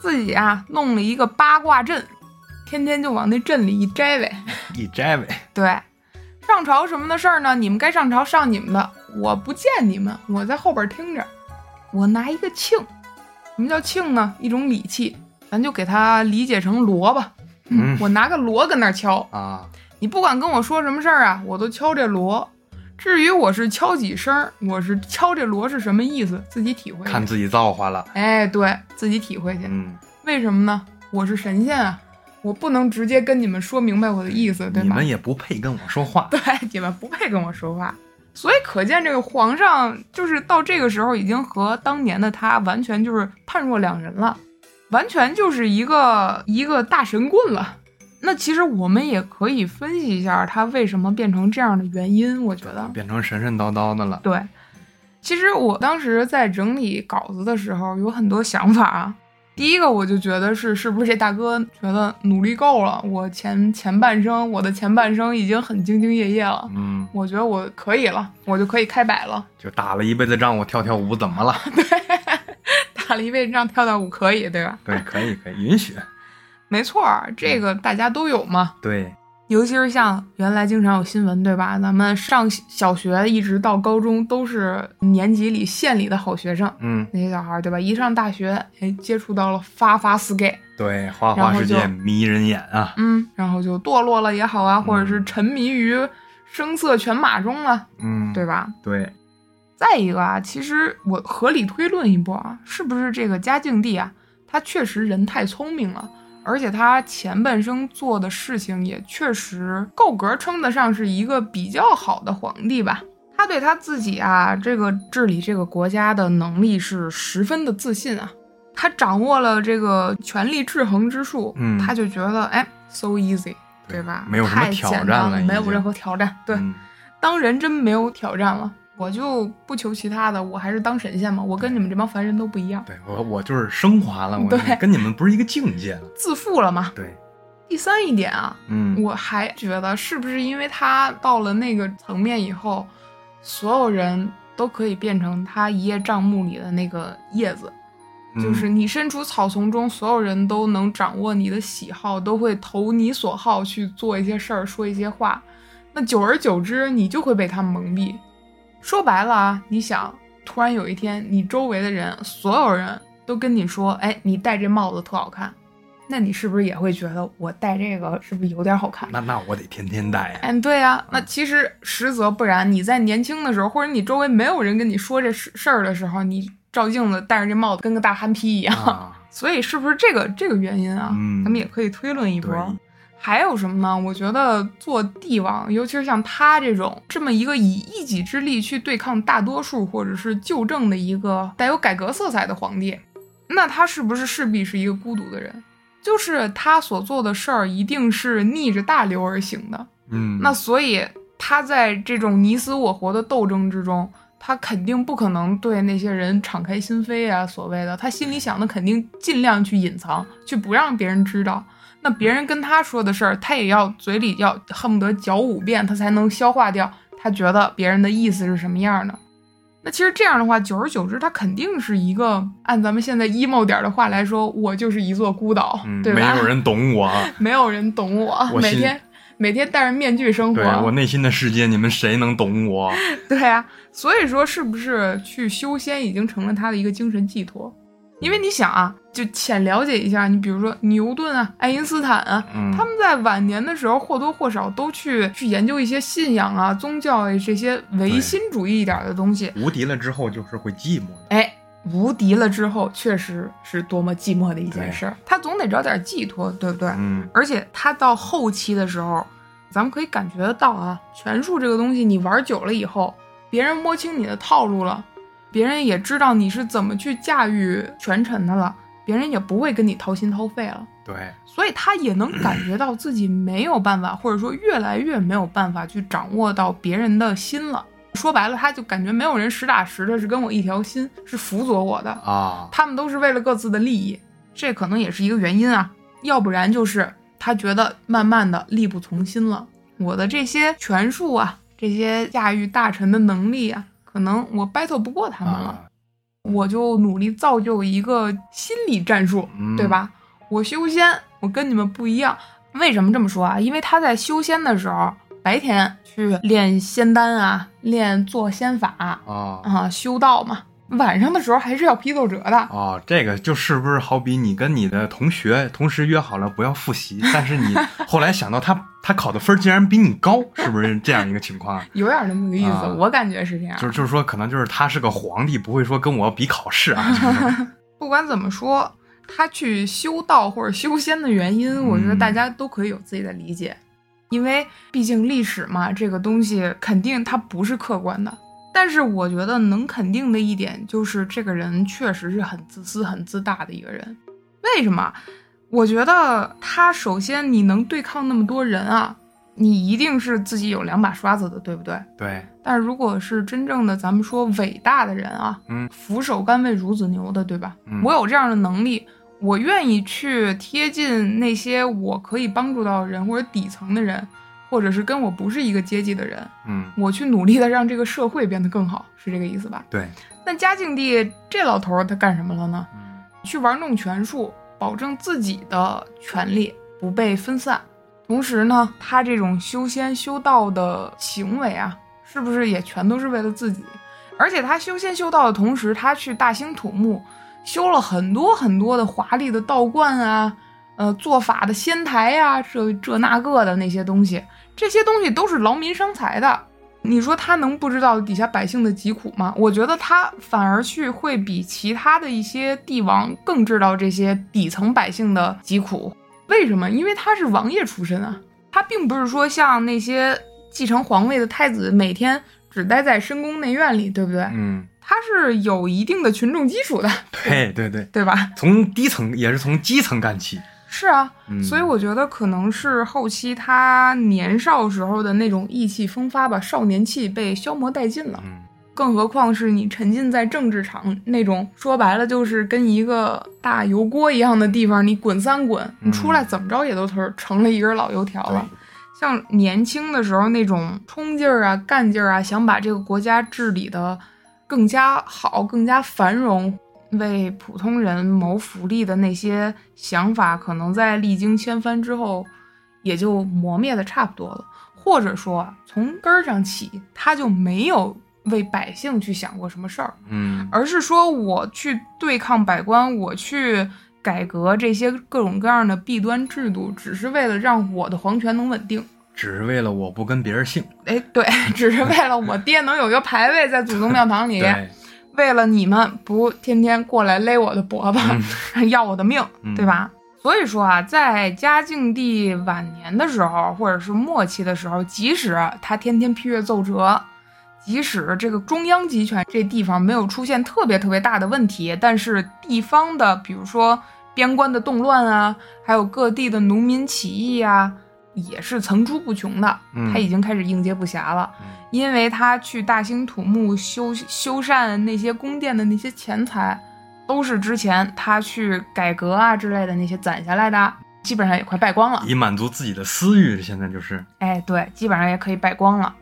[SPEAKER 2] 自己啊弄了一个八卦阵，天天就往那阵里一摘呗。
[SPEAKER 3] 一摘呗，
[SPEAKER 2] 对，上朝什么的事儿呢？你们该上朝上你们的，我不见你们，我在后边听着。我拿一个磬，什么叫磬呢？一种礼器，咱就给它理解成锣吧。
[SPEAKER 3] 嗯
[SPEAKER 2] 我拿个锣跟那儿敲，
[SPEAKER 3] 啊，
[SPEAKER 2] 你不管跟我说什么事儿啊，我都敲这锣。至于我是敲几声儿，我是敲这锣是什么意思，自己体会去。
[SPEAKER 3] 看自己造化了。
[SPEAKER 2] 哎，对自己体会去。
[SPEAKER 3] 嗯，
[SPEAKER 2] 为什么呢？我是神仙啊，我不能直接跟你们说明白我的意思，对吧？
[SPEAKER 3] 你们也不配跟我说话。
[SPEAKER 2] 对，你们不配跟我说话。所以可见，这个皇上就是到这个时候已经和当年的他完全就是判若两人了，完全就是一个一个大神棍了。那其实我们也可以分析一下他为什么变成这样的原因，我觉得
[SPEAKER 3] 变成神神叨叨的了，
[SPEAKER 2] 对。其实我当时在整理稿子的时候，有很多想法啊。第一个，我就觉得是是不是这大哥觉得努力够了，我前前半生我的前半生已经很兢兢业业了，
[SPEAKER 3] 嗯，
[SPEAKER 2] 我觉得我可以了，我就可以开摆了。
[SPEAKER 3] 就打了一辈子仗，我跳跳舞怎么了？
[SPEAKER 2] 打了一位仗跳到舞可以，对吧？
[SPEAKER 3] 对，可以，可以，允许。
[SPEAKER 2] 没错儿，这个大家都有嘛。
[SPEAKER 3] 对，
[SPEAKER 2] 尤其是像原来经常有新闻，对吧？咱们上小学一直到高中都是年级里县里的好学生，
[SPEAKER 3] 嗯，
[SPEAKER 2] 那些小孩儿，对吧？一上大学，哎，接触到了发发四 gay，
[SPEAKER 3] 对，花
[SPEAKER 2] 然
[SPEAKER 3] 花
[SPEAKER 2] 后
[SPEAKER 3] 世
[SPEAKER 2] 就
[SPEAKER 3] 界迷人眼啊，
[SPEAKER 2] 嗯，然后就堕落了也好啊，或者是
[SPEAKER 3] 嗯
[SPEAKER 2] 沉迷于声色犬马中了，
[SPEAKER 3] 嗯，
[SPEAKER 2] 对吧？
[SPEAKER 3] 对，
[SPEAKER 2] 再一个啊，其实我合理推论一波啊，是不是这个嘉靖帝啊，他确实人太聪明了，而且他前半生做的事情也确实够格称得上是一个比较好的皇帝吧。他对他自己啊，这个治理这个国家的能力是十分的自信啊。他掌握了这个权力制衡之术，
[SPEAKER 3] 嗯
[SPEAKER 2] 他就觉得哎，so easy，
[SPEAKER 3] 对
[SPEAKER 2] 对吧？
[SPEAKER 3] 没有什么
[SPEAKER 2] 太
[SPEAKER 3] 挑
[SPEAKER 2] 简
[SPEAKER 3] 战
[SPEAKER 2] 单
[SPEAKER 3] 了
[SPEAKER 2] 了，
[SPEAKER 3] 已
[SPEAKER 2] 没有
[SPEAKER 3] 经
[SPEAKER 2] 任何挑战。对，
[SPEAKER 3] 嗯
[SPEAKER 2] 当人真没有挑战了，我就不求其他的，我还是当神仙嘛。我跟你们这帮凡人都不一样，
[SPEAKER 3] 对我我就是升华了，我
[SPEAKER 2] 对
[SPEAKER 3] 跟你们不是一个境界了。
[SPEAKER 2] 自负了嘛。
[SPEAKER 3] 对，
[SPEAKER 2] 第三一点啊，
[SPEAKER 3] 嗯，
[SPEAKER 2] 我还觉得是不是因为他到了那个层面以后，所有人都可以变成他一叶障目里的那个叶子，
[SPEAKER 3] 嗯
[SPEAKER 2] 就是你身处草丛中，所有人都能掌握你的喜好，都会投你所好去做一些事儿，说一些话。那久而久之，你就会被他们蒙蔽。说白了啊，你想，突然有一天，你周围的人，所有人都跟你说：“哎，你戴这帽子特好看。”那你是不是也会觉得我戴这个是不是有点好看？
[SPEAKER 3] 那那我得天天戴呀。
[SPEAKER 2] 嗯，对呀、那其实实则不然。你在年轻的时候，或者你周围没有人跟你说这事事儿的时候，你照镜子戴上这帽子，跟个大憨批一样。
[SPEAKER 3] 啊，
[SPEAKER 2] 所以是不是这个这个原因啊？
[SPEAKER 3] 嗯
[SPEAKER 2] 咱们也可以推论一波
[SPEAKER 3] 对。，
[SPEAKER 2] 还有什么呢？我觉得做帝王，尤其是像他这种这么一个以一己之力去对抗大多数或者是旧政的一个带有改革色彩的皇帝，那他是不是势必是一个孤独的人？就是他所做的事儿一定是逆着大流而行的。
[SPEAKER 3] 嗯，
[SPEAKER 2] 那所以他在这种你死我活的斗争之中，他肯定不可能对那些人敞开心扉啊，所谓的他心里想的肯定尽量去隐藏，去不让别人知道。那别人跟他说的事儿，他也要嘴里要恨不得嚼五遍，他才能消化掉他觉得别人的意思是什么样的。那其实这样的话，久而久之，他肯定是一个按咱们现在 emo 点儿的话来说，我就是一座孤岛，
[SPEAKER 3] 嗯
[SPEAKER 2] 对
[SPEAKER 3] 没
[SPEAKER 2] 吧？
[SPEAKER 3] 有人 懂我，
[SPEAKER 2] 没有人懂我，
[SPEAKER 3] 我
[SPEAKER 2] 每
[SPEAKER 3] 心
[SPEAKER 2] 天每天戴着面具生活。
[SPEAKER 3] 对我内心的世界，你们谁能懂我？
[SPEAKER 2] 对啊，所以说是不是去修仙已经成了他的一个精神寄托？因为你想啊，就浅了解一下，你比如说牛顿啊、爱因斯坦啊，
[SPEAKER 3] 嗯，
[SPEAKER 2] 他们在晚年的时候或多或少都去去研究一些信仰啊、宗教啊这些唯心主义一点的东西。
[SPEAKER 3] 无敌了之后就是会寂寞的。
[SPEAKER 2] 哎，无敌了之后，确实是多么寂寞的一件事儿，他总得找点寄托，对不对？
[SPEAKER 3] 嗯，
[SPEAKER 2] 而且他到后期的时候，咱们可以感觉得到啊，权术这个东西你玩久了以后，别人摸清你的套路了，别人也知道你是怎么去驾驭权臣的了，别人也不会跟你掏心掏肺了。
[SPEAKER 3] 对，
[SPEAKER 2] 所以他也能感觉到自己没有办法，或者说越来越没有办法去掌握到别人的心了。说白了，他就感觉没有人实打实的是跟我一条心，是辅佐我的。
[SPEAKER 3] 啊，
[SPEAKER 2] 他们都是为了各自的利益，这可能也是一个原因啊。要不然就是他觉得慢慢的力不从心了，我的这些权术啊，这些驾驭大臣的能力啊，可能我 battle 不过他们了，
[SPEAKER 3] 啊，
[SPEAKER 2] 我就努力造就一个心理战术，
[SPEAKER 3] 嗯
[SPEAKER 2] 对吧？我修仙，我跟你们不一样。为什么这么说啊？因为他在修仙的时候，白天去练仙丹啊，练做仙法啊、
[SPEAKER 3] 啊
[SPEAKER 2] 修道嘛。晚上的时候还是要批斗者的，
[SPEAKER 3] 哦，这个就是不是好比你跟你的同学同时约好了不要复习，但 是你后来想到他他考的分儿竟然比你高，是不是这样一个情况啊？
[SPEAKER 2] 有点那么个意思，
[SPEAKER 3] 啊
[SPEAKER 2] 我感觉是这样。
[SPEAKER 3] 就是就是说，可能就是他是个皇帝，不会说跟我比考试啊。就是
[SPEAKER 2] 不管怎么说，他去修道或者修仙的原因，
[SPEAKER 3] 嗯
[SPEAKER 2] 我觉得大家都可以有自己的理解，因为毕竟历史嘛，这个东西肯定它不是客观的。但是我觉得能肯定的一点就是，这个人确实是很自私、很自大的一个人。为什么？我觉得他首先你能对抗那么多人啊，你一定是自己有两把刷子的，对不对？
[SPEAKER 3] 对，
[SPEAKER 2] 但如果是真正的咱们说伟大的人啊，
[SPEAKER 3] 嗯
[SPEAKER 2] 俯首甘为孺子牛的，对吧？
[SPEAKER 3] 嗯
[SPEAKER 2] 我有这样的能力，我愿意去贴近那些我可以帮助到的人，或者底层的人，或者是跟我不是一个阶级的人，
[SPEAKER 3] 嗯，
[SPEAKER 2] 我去努力的让这个社会变得更好，是这个意思吧？
[SPEAKER 3] 对，
[SPEAKER 2] 那嘉靖帝这老头儿他干什么了呢？
[SPEAKER 3] 嗯
[SPEAKER 2] 去玩弄权术，保证自己的权利不被分散。同时呢，他这种修仙修道的行为啊，是不是也全都是为了自己？而且他修仙修道的同时，他去大兴土木，修了很多很多的华丽的道观啊，呃，做法的啊仙台呀、这这那个的那些东西，这些东西都是劳民伤财的。你说他能不知道底下百姓的疾苦吗？我觉得他反而去会比其他的一些帝王更知道这些底层百姓的疾苦。为什么？因为他是王爷出身啊，他并不是说像那些继承皇位的太子，每天只待在深宫内院里，对不对？
[SPEAKER 3] 嗯，
[SPEAKER 2] 他是有一定的群众基础的，
[SPEAKER 3] 对对对，
[SPEAKER 2] 对吧？
[SPEAKER 3] 从低层也是从基层干起。
[SPEAKER 2] 是啊，
[SPEAKER 3] 嗯，
[SPEAKER 2] 所以我觉得可能是后期他年少时候的那种意气风发吧，少年气被消磨殆尽了。
[SPEAKER 3] 嗯
[SPEAKER 2] 更何况是你沉浸在政治场那种，说白了就是跟一个大油锅一样的地方，你滚三滚，你出来怎么着也都成成了一根老油条了。像年轻的时候那种冲劲儿啊、干劲儿啊，想把这个国家治理的更加好、更加繁荣，为普通人谋福利的那些想法，可能在历经千帆之后，也就磨灭的差不多了。或者说啊，从根儿上起，他就没有为百姓去想过什么事儿，
[SPEAKER 3] 嗯
[SPEAKER 2] 而是说我去对抗百官，我去改革这些各种各样的弊端制度，只是为了让我的皇权能稳定。
[SPEAKER 3] 只是为了我不跟别人姓。
[SPEAKER 2] 哎，对， 只是为了我爹能有一个牌位在祖宗庙堂里，
[SPEAKER 3] 对，
[SPEAKER 2] 为了你们不天天过来勒我的脖子， 要我的命，
[SPEAKER 3] 嗯
[SPEAKER 2] 对吧？所以说啊，在嘉靖帝晚年的时候，或者是末期的时候，即使他天天批阅奏折，即使这个中央集权这地方没有出现特别特别大的问题，但是地方的，比如说边关的动乱啊，还有各地的农民起义啊，也是层出不穷的。
[SPEAKER 3] 嗯
[SPEAKER 2] 他已经开始应接不暇了，
[SPEAKER 3] 嗯
[SPEAKER 2] 因为他去大兴土木修修缮那些宫殿的那些钱财，都是之前他去改革啊之类的那些攒下来的，基本上也快败光了。
[SPEAKER 3] 以满足自己的私欲，现在就是
[SPEAKER 2] 哎，对，基本上也可以败光了。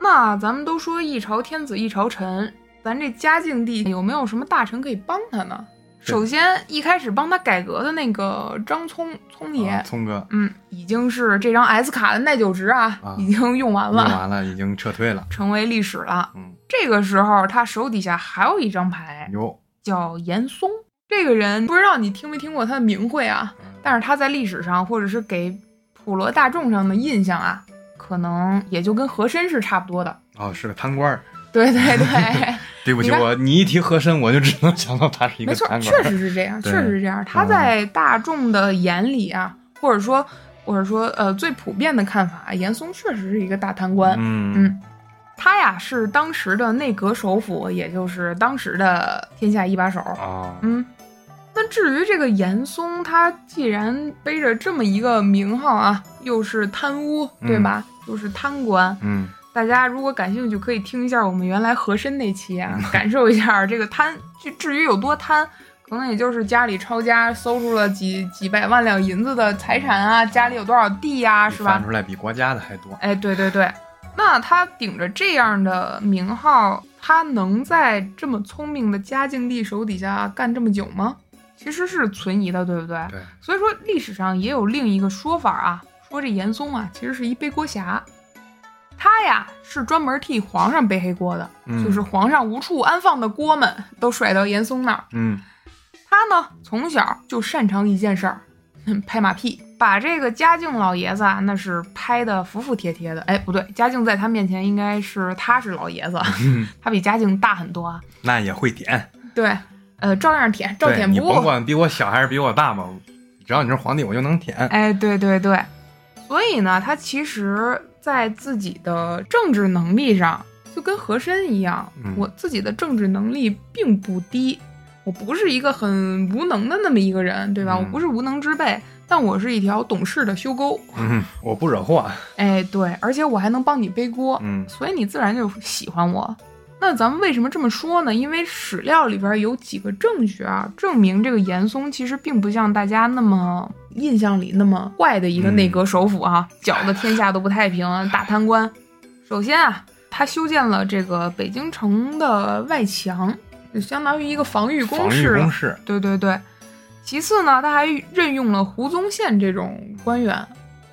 [SPEAKER 2] 那咱们都说一朝天子一朝臣，咱这嘉靖帝有没有什么大臣可以帮他呢？
[SPEAKER 3] 是
[SPEAKER 2] 首先，一开始帮他改革的那个张聪聪爷，
[SPEAKER 3] 啊聪哥
[SPEAKER 2] 嗯，已经是这张 S 卡的耐久值啊，
[SPEAKER 3] 啊
[SPEAKER 2] 已经用完
[SPEAKER 3] 用
[SPEAKER 2] 了，
[SPEAKER 3] 完了，已经撤退了。
[SPEAKER 2] 成为历史了。
[SPEAKER 3] 嗯，
[SPEAKER 2] 这个时候，他手底下还有一张牌，
[SPEAKER 3] 有，
[SPEAKER 2] 叫严嵩。这个人不知道你听没听过他的名讳啊，
[SPEAKER 3] 嗯
[SPEAKER 2] 但是他在历史上或者是给普罗大众上的印象啊，可能也就跟和珅是差不多 的。
[SPEAKER 3] 哦，是个贪官儿。
[SPEAKER 2] 对对对，
[SPEAKER 3] 对不起，
[SPEAKER 2] 你看
[SPEAKER 3] 我你一提和珅，我就只能 想到他是一
[SPEAKER 2] 没
[SPEAKER 3] 个
[SPEAKER 2] 错，
[SPEAKER 3] 贪官
[SPEAKER 2] 确
[SPEAKER 3] 儿。
[SPEAKER 2] 实是这样，确
[SPEAKER 3] 对
[SPEAKER 2] 实是这样。他在大众的眼里啊，或者说或者说呃最普遍的看法，啊严嵩确实是一个大贪官。
[SPEAKER 3] 嗯
[SPEAKER 2] 嗯，他呀是当时的内阁首辅，也就是当时的天下一把手。
[SPEAKER 3] 啊，
[SPEAKER 2] 嗯，那至于这个严嵩，他既然背着这么一个名号啊，又是贪污，对吧？又是贪官，
[SPEAKER 3] 嗯
[SPEAKER 2] 大家如果感兴趣，可以听一下我们原来和珅那期啊，感受一下这个贪。至至于有多贪，可能也就是家里抄家搜出了几几百万两银子的财产啊，家里有多少地呀、
[SPEAKER 3] 你
[SPEAKER 2] 是吧
[SPEAKER 3] 翻？出来比国家的还多。
[SPEAKER 2] 哎，对对对，那他顶着这样的名号，他能在这么聪明的嘉靖帝手底下干这么久吗？其实是存疑的，对不对？
[SPEAKER 3] 对，
[SPEAKER 2] 所以说历史上也有另一个说法啊，说这严嵩啊其实是一背锅侠，他呀是专门替皇上背黑锅的，
[SPEAKER 3] 嗯
[SPEAKER 2] 就是皇上无处安放的锅们都甩到严嵩那儿。
[SPEAKER 3] 嗯
[SPEAKER 2] 他呢从小就擅长一件事儿，拍马屁，把这个嘉靖老爷子啊，那是拍的服服帖帖的。哎，不对，嘉靖在他面前应该是他是老 爷子，他比嘉靖大很多啊。
[SPEAKER 3] 那也会点，
[SPEAKER 2] 对，呃，照样舔，照
[SPEAKER 3] 对
[SPEAKER 2] 舔
[SPEAKER 3] 你
[SPEAKER 2] 不误
[SPEAKER 3] 甭。管比我小还是比我大吧，只要你是皇帝，我就能 舔。
[SPEAKER 2] 哎，对对对，所以呢，他其实在自己的政治能力上，就跟和珅一样，
[SPEAKER 3] 嗯
[SPEAKER 2] 我自己的政治能力并不低，我不是一个很无能的那么一个人，对吧？我
[SPEAKER 3] 嗯
[SPEAKER 2] 不是无能之辈，但我是一条懂事的修沟。
[SPEAKER 3] 嗯，我不惹祸啊。
[SPEAKER 2] 哎，对，而且我还能帮你背锅，
[SPEAKER 3] 嗯
[SPEAKER 2] 所以你自然就喜欢我。那咱们为什么这么说呢？因为史料里边有几个证据啊，证明这个严嵩其实并不像大家那么印象里那么坏的一个内阁首辅 啊，搅得天下都不太平，大贪官。首先啊，他修建了这个北京城的外墙，就相当于一个防御工
[SPEAKER 3] 防御
[SPEAKER 2] 事了
[SPEAKER 3] 工。事，
[SPEAKER 2] 对对对。其次呢，他还任用了胡宗宪这种官员。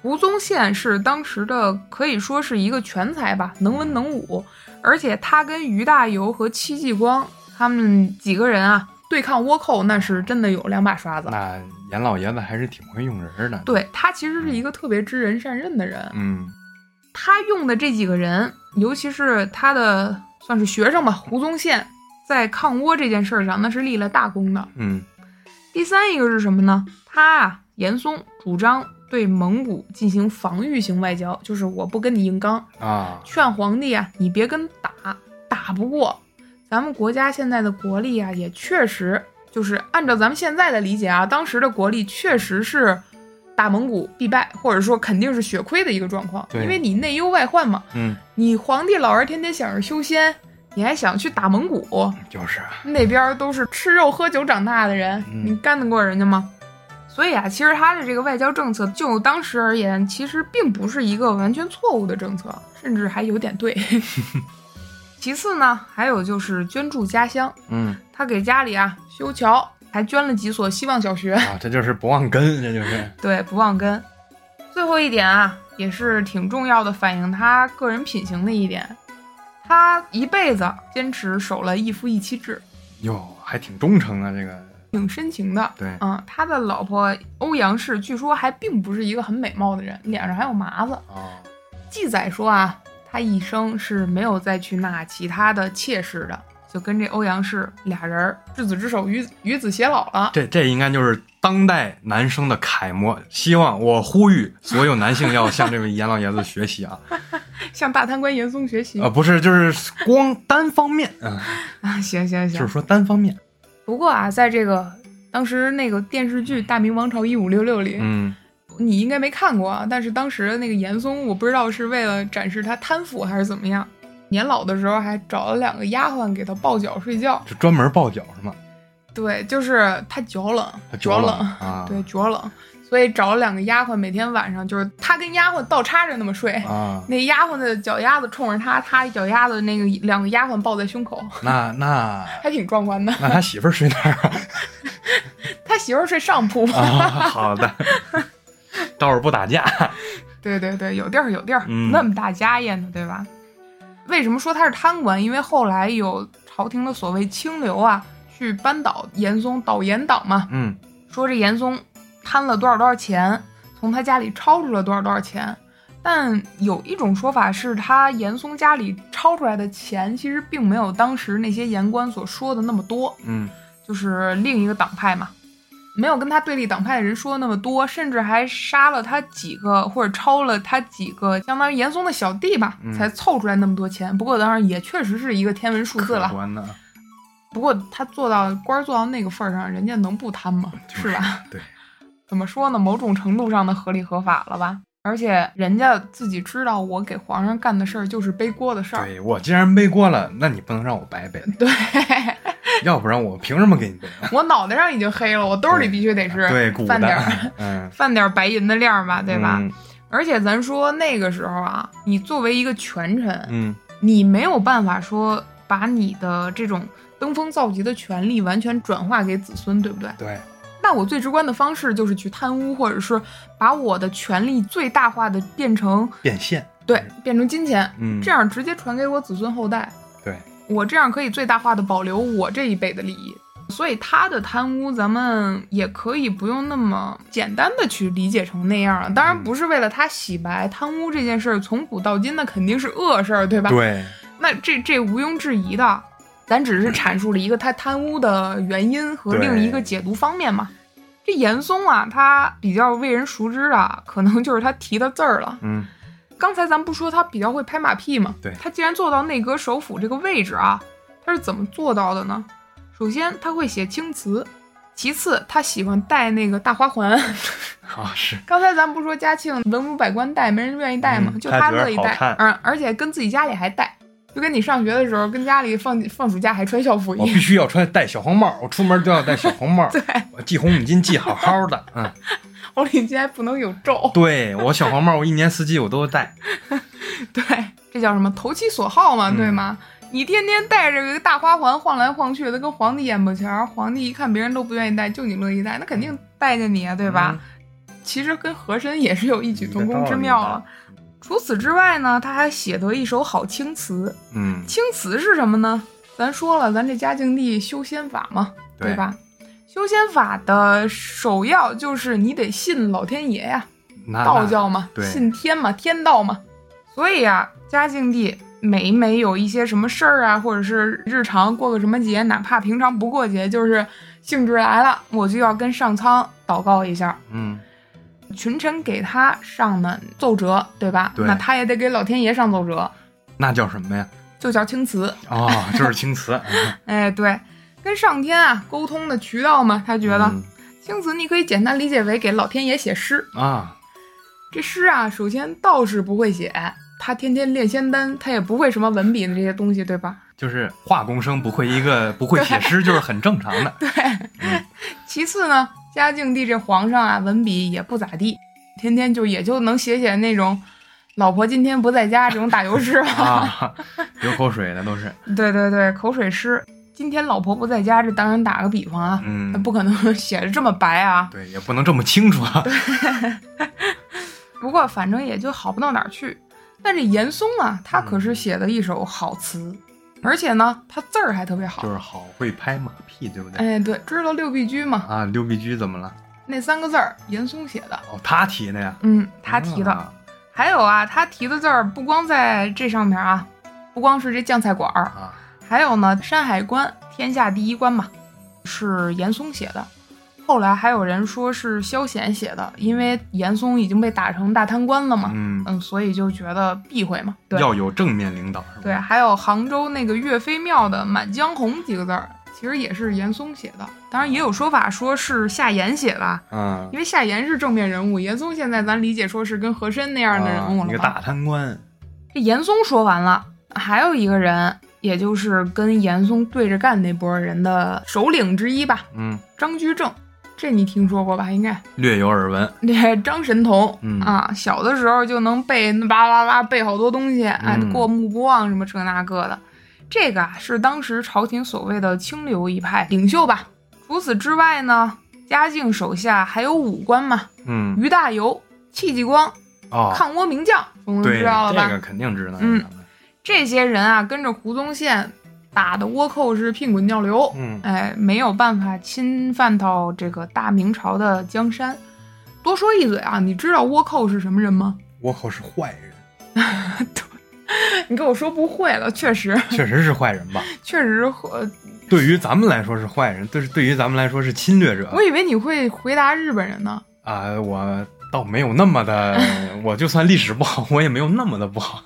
[SPEAKER 2] 胡宗宪是当时的可以说是一个全才吧，能文能武，而且他跟于大猷和戚继光他们几个人啊对抗倭寇，那是真的有两把刷子。
[SPEAKER 3] 那严老爷子还是挺会用人儿的。，
[SPEAKER 2] 对他其实是一个特别知人善任的人，
[SPEAKER 3] 嗯
[SPEAKER 2] 他用的这几个人，尤其是他的算是学生吧，胡宗宪，在抗倭这件事儿上那是立了大功的。
[SPEAKER 3] 嗯
[SPEAKER 2] 第三一个是什么呢？他啊，严嵩主张对蒙古进行防御型外交，就是我不跟你硬刚，
[SPEAKER 3] 啊，
[SPEAKER 2] 劝皇帝啊，你别跟打，打不过。咱们国家现在的国力啊，也确实就是按照咱们现在的理解啊，当时的国力确实是打蒙古必败，或者说肯定是血亏的一个状况，
[SPEAKER 3] 对
[SPEAKER 2] 因为你内忧外患嘛。
[SPEAKER 3] 嗯，
[SPEAKER 2] 你皇帝老儿天天想着修仙，你还想去打蒙古，
[SPEAKER 3] 就是啊
[SPEAKER 2] 那边儿都是吃肉喝酒长大的人，
[SPEAKER 3] 嗯
[SPEAKER 2] 你干得过人家吗？所以啊，其实他的这个外交政策，就当时而言，其实并不是一个完全错误的政策，甚至还有点对。其次呢，还有就是捐助家乡，
[SPEAKER 3] 嗯
[SPEAKER 2] 他给家里啊修桥，还捐了几所希望小学，
[SPEAKER 3] 啊，这就是不忘根，这就是
[SPEAKER 2] 对，不忘根。最后一点啊，也是挺重要的，反映他个人品行的一点，他一辈子坚持守了一夫一妻制，
[SPEAKER 3] 哟，还挺忠诚啊，这个
[SPEAKER 2] 挺深情的。
[SPEAKER 3] 对，
[SPEAKER 2] 嗯，他的老婆欧阳氏据说还并不是一个很美貌的人，脸上还有麻子。
[SPEAKER 3] 啊，
[SPEAKER 2] 记载说啊，他一生是没有再去纳其他的妾室的，就跟这欧阳氏俩人儿执子之手，与与子偕老了。
[SPEAKER 3] 这这应该就是当代男生的楷模。希望我呼吁所有男性要向这位严老爷子学习 啊！
[SPEAKER 2] 向大贪官严嵩学习
[SPEAKER 3] 啊，不是，就是光单方面，嗯，
[SPEAKER 2] 啊！行行
[SPEAKER 3] 就是
[SPEAKER 2] 行。
[SPEAKER 3] 说单方面，
[SPEAKER 2] 不过啊，在这个当时那个电视剧《大明王朝一五六六》里，
[SPEAKER 3] 嗯，
[SPEAKER 2] 你应该没看过啊，但是当时那个严嵩，我不知道是为了展示他贪腐还是怎么样，年老的时候还找了两个丫鬟给他抱脚睡觉。
[SPEAKER 3] 就专门抱脚是吗？
[SPEAKER 2] 对，就是他脚冷，
[SPEAKER 3] 他
[SPEAKER 2] 脚
[SPEAKER 3] 冷
[SPEAKER 2] 冷，
[SPEAKER 3] 啊，
[SPEAKER 2] 对，脚冷，所以找了两个丫鬟，每天晚上就是他跟丫鬟倒插着那么睡。
[SPEAKER 3] 啊，
[SPEAKER 2] 那丫鬟的脚丫子冲着他，他脚丫子那个两个丫鬟抱在胸口，
[SPEAKER 3] 那那
[SPEAKER 2] 还挺壮观的。
[SPEAKER 3] 那他媳妇儿睡哪儿
[SPEAKER 2] 他媳妇儿睡上铺，
[SPEAKER 3] 啊？啊， 好 的，倒是不打架，
[SPEAKER 2] 对对对，有地儿有地儿，
[SPEAKER 3] 嗯
[SPEAKER 2] 那么大家业呢，对吧？为什么说他是贪官？因为后来有朝廷的所谓清流啊，去扳倒严嵩，倒严党嘛，
[SPEAKER 3] 嗯，
[SPEAKER 2] 说这严嵩贪了多少多少钱，从他家里抄出了多少多少钱。但有一种说法是他严嵩家里抄出来的钱，其实并没有当时那些言官所说的那么多，
[SPEAKER 3] 嗯
[SPEAKER 2] 就是另一个党派嘛，没有跟他对立党派的人说的那么多，甚至还杀了他几个或者抄了他几个相当于严嵩的小弟吧，
[SPEAKER 3] 嗯
[SPEAKER 2] 才凑出来那么多钱。不过当然也确实是一个天文数字
[SPEAKER 3] 可
[SPEAKER 2] 了，
[SPEAKER 3] 观呢，啊
[SPEAKER 2] 不过他做到官儿做到那个份儿上，人家能不贪吗？
[SPEAKER 3] 就是
[SPEAKER 2] 是吧？
[SPEAKER 3] 对，
[SPEAKER 2] 怎么说呢？某种程度上的合理合法了吧？而且人家自己知道，我给皇上干的事儿就是背锅的事儿。
[SPEAKER 3] 对我既然背锅了，那你不能让我白背，
[SPEAKER 2] 对，
[SPEAKER 3] 要不然我凭什么给你背？啊
[SPEAKER 2] 我脑袋上已经黑了，我兜里必须得是
[SPEAKER 3] 对，古
[SPEAKER 2] 泛点儿
[SPEAKER 3] 代，嗯，
[SPEAKER 2] 泛点儿白银的亮儿吧，对吧？
[SPEAKER 3] 嗯
[SPEAKER 2] 而且咱说那个时候啊，你作为一个权臣，
[SPEAKER 3] 嗯，
[SPEAKER 2] 你没有办法说把你的这种登峰造极的权利完全转化给子孙，对不对？
[SPEAKER 3] 对，
[SPEAKER 2] 那我最直观的方式就是去贪污，或者是把我的权利最大化的变成
[SPEAKER 3] 变现，
[SPEAKER 2] 对变成金钱，
[SPEAKER 3] 嗯，
[SPEAKER 2] 这样直接传给我子孙后代。
[SPEAKER 3] 对，
[SPEAKER 2] 我这样可以最大化的保留我这一辈的利益。所以他的贪污，咱们也可以不用那么简单的去理解成那样了。当然不是为了他洗白，贪污这件事儿从古到今那肯定是恶事儿，对吧？
[SPEAKER 3] 对，
[SPEAKER 2] 那这这毋庸置疑的，咱只是阐述了一个他贪污的原因和
[SPEAKER 3] 对
[SPEAKER 2] 另一个解读方面嘛。这严嵩啊，他比较为人熟知的，可能就是他提的字儿了。
[SPEAKER 3] 嗯，
[SPEAKER 2] 刚才咱不说他比较会拍马屁吗？
[SPEAKER 3] 对
[SPEAKER 2] 他既然做到内阁首辅这个位置啊，他是怎么做到的呢？首先他会写青词，其次他喜欢戴那个大花环。
[SPEAKER 3] 啊是，
[SPEAKER 2] 刚才咱不说嘉庆文武百官戴，没人愿意戴吗？
[SPEAKER 3] 嗯
[SPEAKER 2] 就
[SPEAKER 3] 他
[SPEAKER 2] 他
[SPEAKER 3] 觉得
[SPEAKER 2] 乐意
[SPEAKER 3] 好
[SPEAKER 2] 戴
[SPEAKER 3] 看，
[SPEAKER 2] 嗯，而且跟自己家里还戴，就跟你上学的时候跟家里放放暑假还穿校服一
[SPEAKER 3] 我
[SPEAKER 2] 样。
[SPEAKER 3] 必须要穿戴小红帽，我出门都要戴小红帽，我系红领巾系好好的，嗯，
[SPEAKER 2] 我领巾还不能有皱，
[SPEAKER 3] 对我小红帽我一年四季我都戴，
[SPEAKER 2] 对，这叫什么投其所好嘛，
[SPEAKER 3] 嗯
[SPEAKER 2] 对吗？你天天戴着一个大花环晃来晃去的，跟皇帝眼巴前儿，皇帝一看别人都不愿意戴，就你乐意戴，那肯定待见你啊，对吧？
[SPEAKER 3] 嗯
[SPEAKER 2] 其实跟和珅也是有异曲同工之妙了。除此之外呢，他还写得一手好青词，
[SPEAKER 3] 嗯？嗯，
[SPEAKER 2] 青词是什么呢？咱说了，咱这嘉靖帝修仙法嘛，对
[SPEAKER 3] 对？
[SPEAKER 2] 吧？修仙法的首要就是你得信老天爷呀、
[SPEAKER 3] 那
[SPEAKER 2] 道教嘛，
[SPEAKER 3] 啊对
[SPEAKER 2] 信天嘛，天道嘛。所以啊，嘉靖帝每每有一些什么事儿啊，或者是日常过个什么节，哪怕平常不过节，就是兴致来了，我就要跟上苍祷告一下。
[SPEAKER 3] 嗯，
[SPEAKER 2] 群臣给他上的奏折，对吧？
[SPEAKER 3] 对
[SPEAKER 2] 那他也得给老天爷上奏折，
[SPEAKER 3] 那叫什么呀？
[SPEAKER 2] 就叫青词。
[SPEAKER 3] 哦，就是 青瓷。嗯
[SPEAKER 2] 哎，对，跟上天啊沟通的渠道嘛，他觉得
[SPEAKER 3] 嗯
[SPEAKER 2] 青词你可以简单理解为给老天爷写诗。
[SPEAKER 3] 啊，
[SPEAKER 2] 这诗啊，首先道士不会写，他天天练仙丹，他也不会什么文笔的这些东西，对吧？
[SPEAKER 3] 就是化工生不会一个不会写诗，就是很正常的。
[SPEAKER 2] 对。
[SPEAKER 3] 嗯
[SPEAKER 2] 其次呢，嘉靖帝这皇上啊，文笔也不咋地，天天就也就能写写那种“老婆今天不在家”这种打油诗吧。
[SPEAKER 3] 啊，流口水的都是。
[SPEAKER 2] 对对对，口水诗。今天老婆不在家，这当然打个比方啊，
[SPEAKER 3] 嗯
[SPEAKER 2] 那，不可能 写的这么白啊。
[SPEAKER 3] 对，也不能这么清楚啊。
[SPEAKER 2] 不过反正也就好不到哪儿去。但这严嵩啊，他可
[SPEAKER 3] 嗯
[SPEAKER 2] 是写了一手好词，而且呢，他字儿还特别好。
[SPEAKER 3] 就是好会拍马屁，对不对？
[SPEAKER 2] 哎，对，知道六必居嘛？
[SPEAKER 3] 啊，六必居怎么了？
[SPEAKER 2] 那三个字儿，严嵩写的。
[SPEAKER 3] 哦，他提的呀。
[SPEAKER 2] 嗯，他提的。
[SPEAKER 3] 啊
[SPEAKER 2] 还有啊，他提的字儿不光在这上面啊，不光是这酱菜馆儿，
[SPEAKER 3] 啊，
[SPEAKER 2] 还有呢山海关，天下第一关嘛，是严嵩写的。后来还有人说是萧显写的，因为严嵩已经被打成大贪官了嘛，
[SPEAKER 3] 嗯，
[SPEAKER 2] 嗯，所以就觉得避讳嘛。对
[SPEAKER 3] 要有正面领导，是吧？
[SPEAKER 2] 对，啊还有杭州那个岳飞庙的《满江红》几个字儿，其实也是严嵩写的。当然也有说法说是夏言写的啊，
[SPEAKER 3] 嗯，
[SPEAKER 2] 因为夏言是正面人物，严嵩现在咱理解说是跟和珅那样的人物
[SPEAKER 3] 啊
[SPEAKER 2] 了
[SPEAKER 3] 一
[SPEAKER 2] 吧？
[SPEAKER 3] 个大贪官，
[SPEAKER 2] 这严嵩说完了，还有一个人，也就是跟严嵩对着干那波人的首领之一吧，
[SPEAKER 3] 嗯，
[SPEAKER 2] 张居正。这你听说过吧？应该
[SPEAKER 3] 略有耳闻。
[SPEAKER 2] 那张神童、
[SPEAKER 3] 嗯
[SPEAKER 2] 啊，小的时候就能背啦啦啦背好多东西，哎，
[SPEAKER 3] 嗯
[SPEAKER 2] 过目不忘什么这那个的。这个啊是当时朝廷所谓的清流一派领袖吧。除此之外呢，嘉靖手下还有武官嘛，
[SPEAKER 3] 嗯，
[SPEAKER 2] 于大猷、戚继光、
[SPEAKER 3] 哦，
[SPEAKER 2] 抗倭名将，总
[SPEAKER 3] 对，
[SPEAKER 2] 知道了吧？
[SPEAKER 3] 这个肯定知道。
[SPEAKER 2] 嗯这些人啊，跟着胡宗宪打的倭寇是屁滚尿流，
[SPEAKER 3] 嗯
[SPEAKER 2] 哎，没有办法侵犯到这个大明朝的江山。多说一嘴啊，你知道倭寇是什么人吗？
[SPEAKER 3] 倭寇是坏人，
[SPEAKER 2] 你跟我说不会了，确实，
[SPEAKER 3] 确实是坏 人吧？
[SPEAKER 2] 确实，呃，
[SPEAKER 3] 对于咱们来说是坏人，对，对于咱们来说是侵略者
[SPEAKER 2] 我以为你会回答日本人呢。
[SPEAKER 3] 啊。我倒没有那么 的，我就算历史不好，我也没有那么的不好。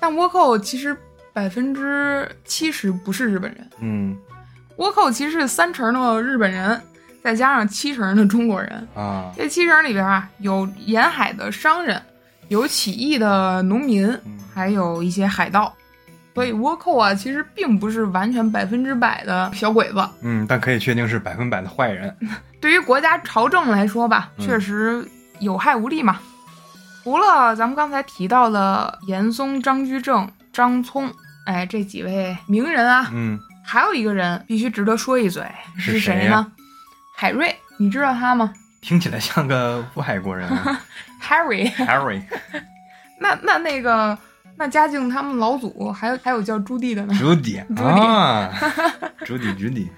[SPEAKER 2] 但倭寇其实百分之七十不是日本人，
[SPEAKER 3] 嗯
[SPEAKER 2] 倭寇其实是三成的日本人，再加上七成的中国人。
[SPEAKER 3] 啊，
[SPEAKER 2] 这七人里边啊，有沿海的商人，有起义的农民，
[SPEAKER 3] 嗯
[SPEAKER 2] 还有一些海盗。所以倭寇啊，其实并不是完全百分之百的小鬼子。
[SPEAKER 3] 嗯，但可以确定是百分百的坏人。
[SPEAKER 2] 对于国家朝政来说吧，
[SPEAKER 3] 嗯
[SPEAKER 2] 确实有害无利嘛。除了咱们刚才提到的严嵩、张居正、张聪，哎，这几位名人啊，
[SPEAKER 3] 嗯，
[SPEAKER 2] 还有一个人必须值得说一嘴，
[SPEAKER 3] 是
[SPEAKER 2] 是
[SPEAKER 3] 谁
[SPEAKER 2] 谁
[SPEAKER 3] 呀
[SPEAKER 2] 呢？海瑞，你知道他吗
[SPEAKER 3] 听起来像个外国人啊
[SPEAKER 2] ？Harry。
[SPEAKER 3] ，Harry，
[SPEAKER 2] 那那那个，那嘉靖他们老祖还有还有叫朱棣的呢。
[SPEAKER 3] 朱迪啊，朱迪朱迪，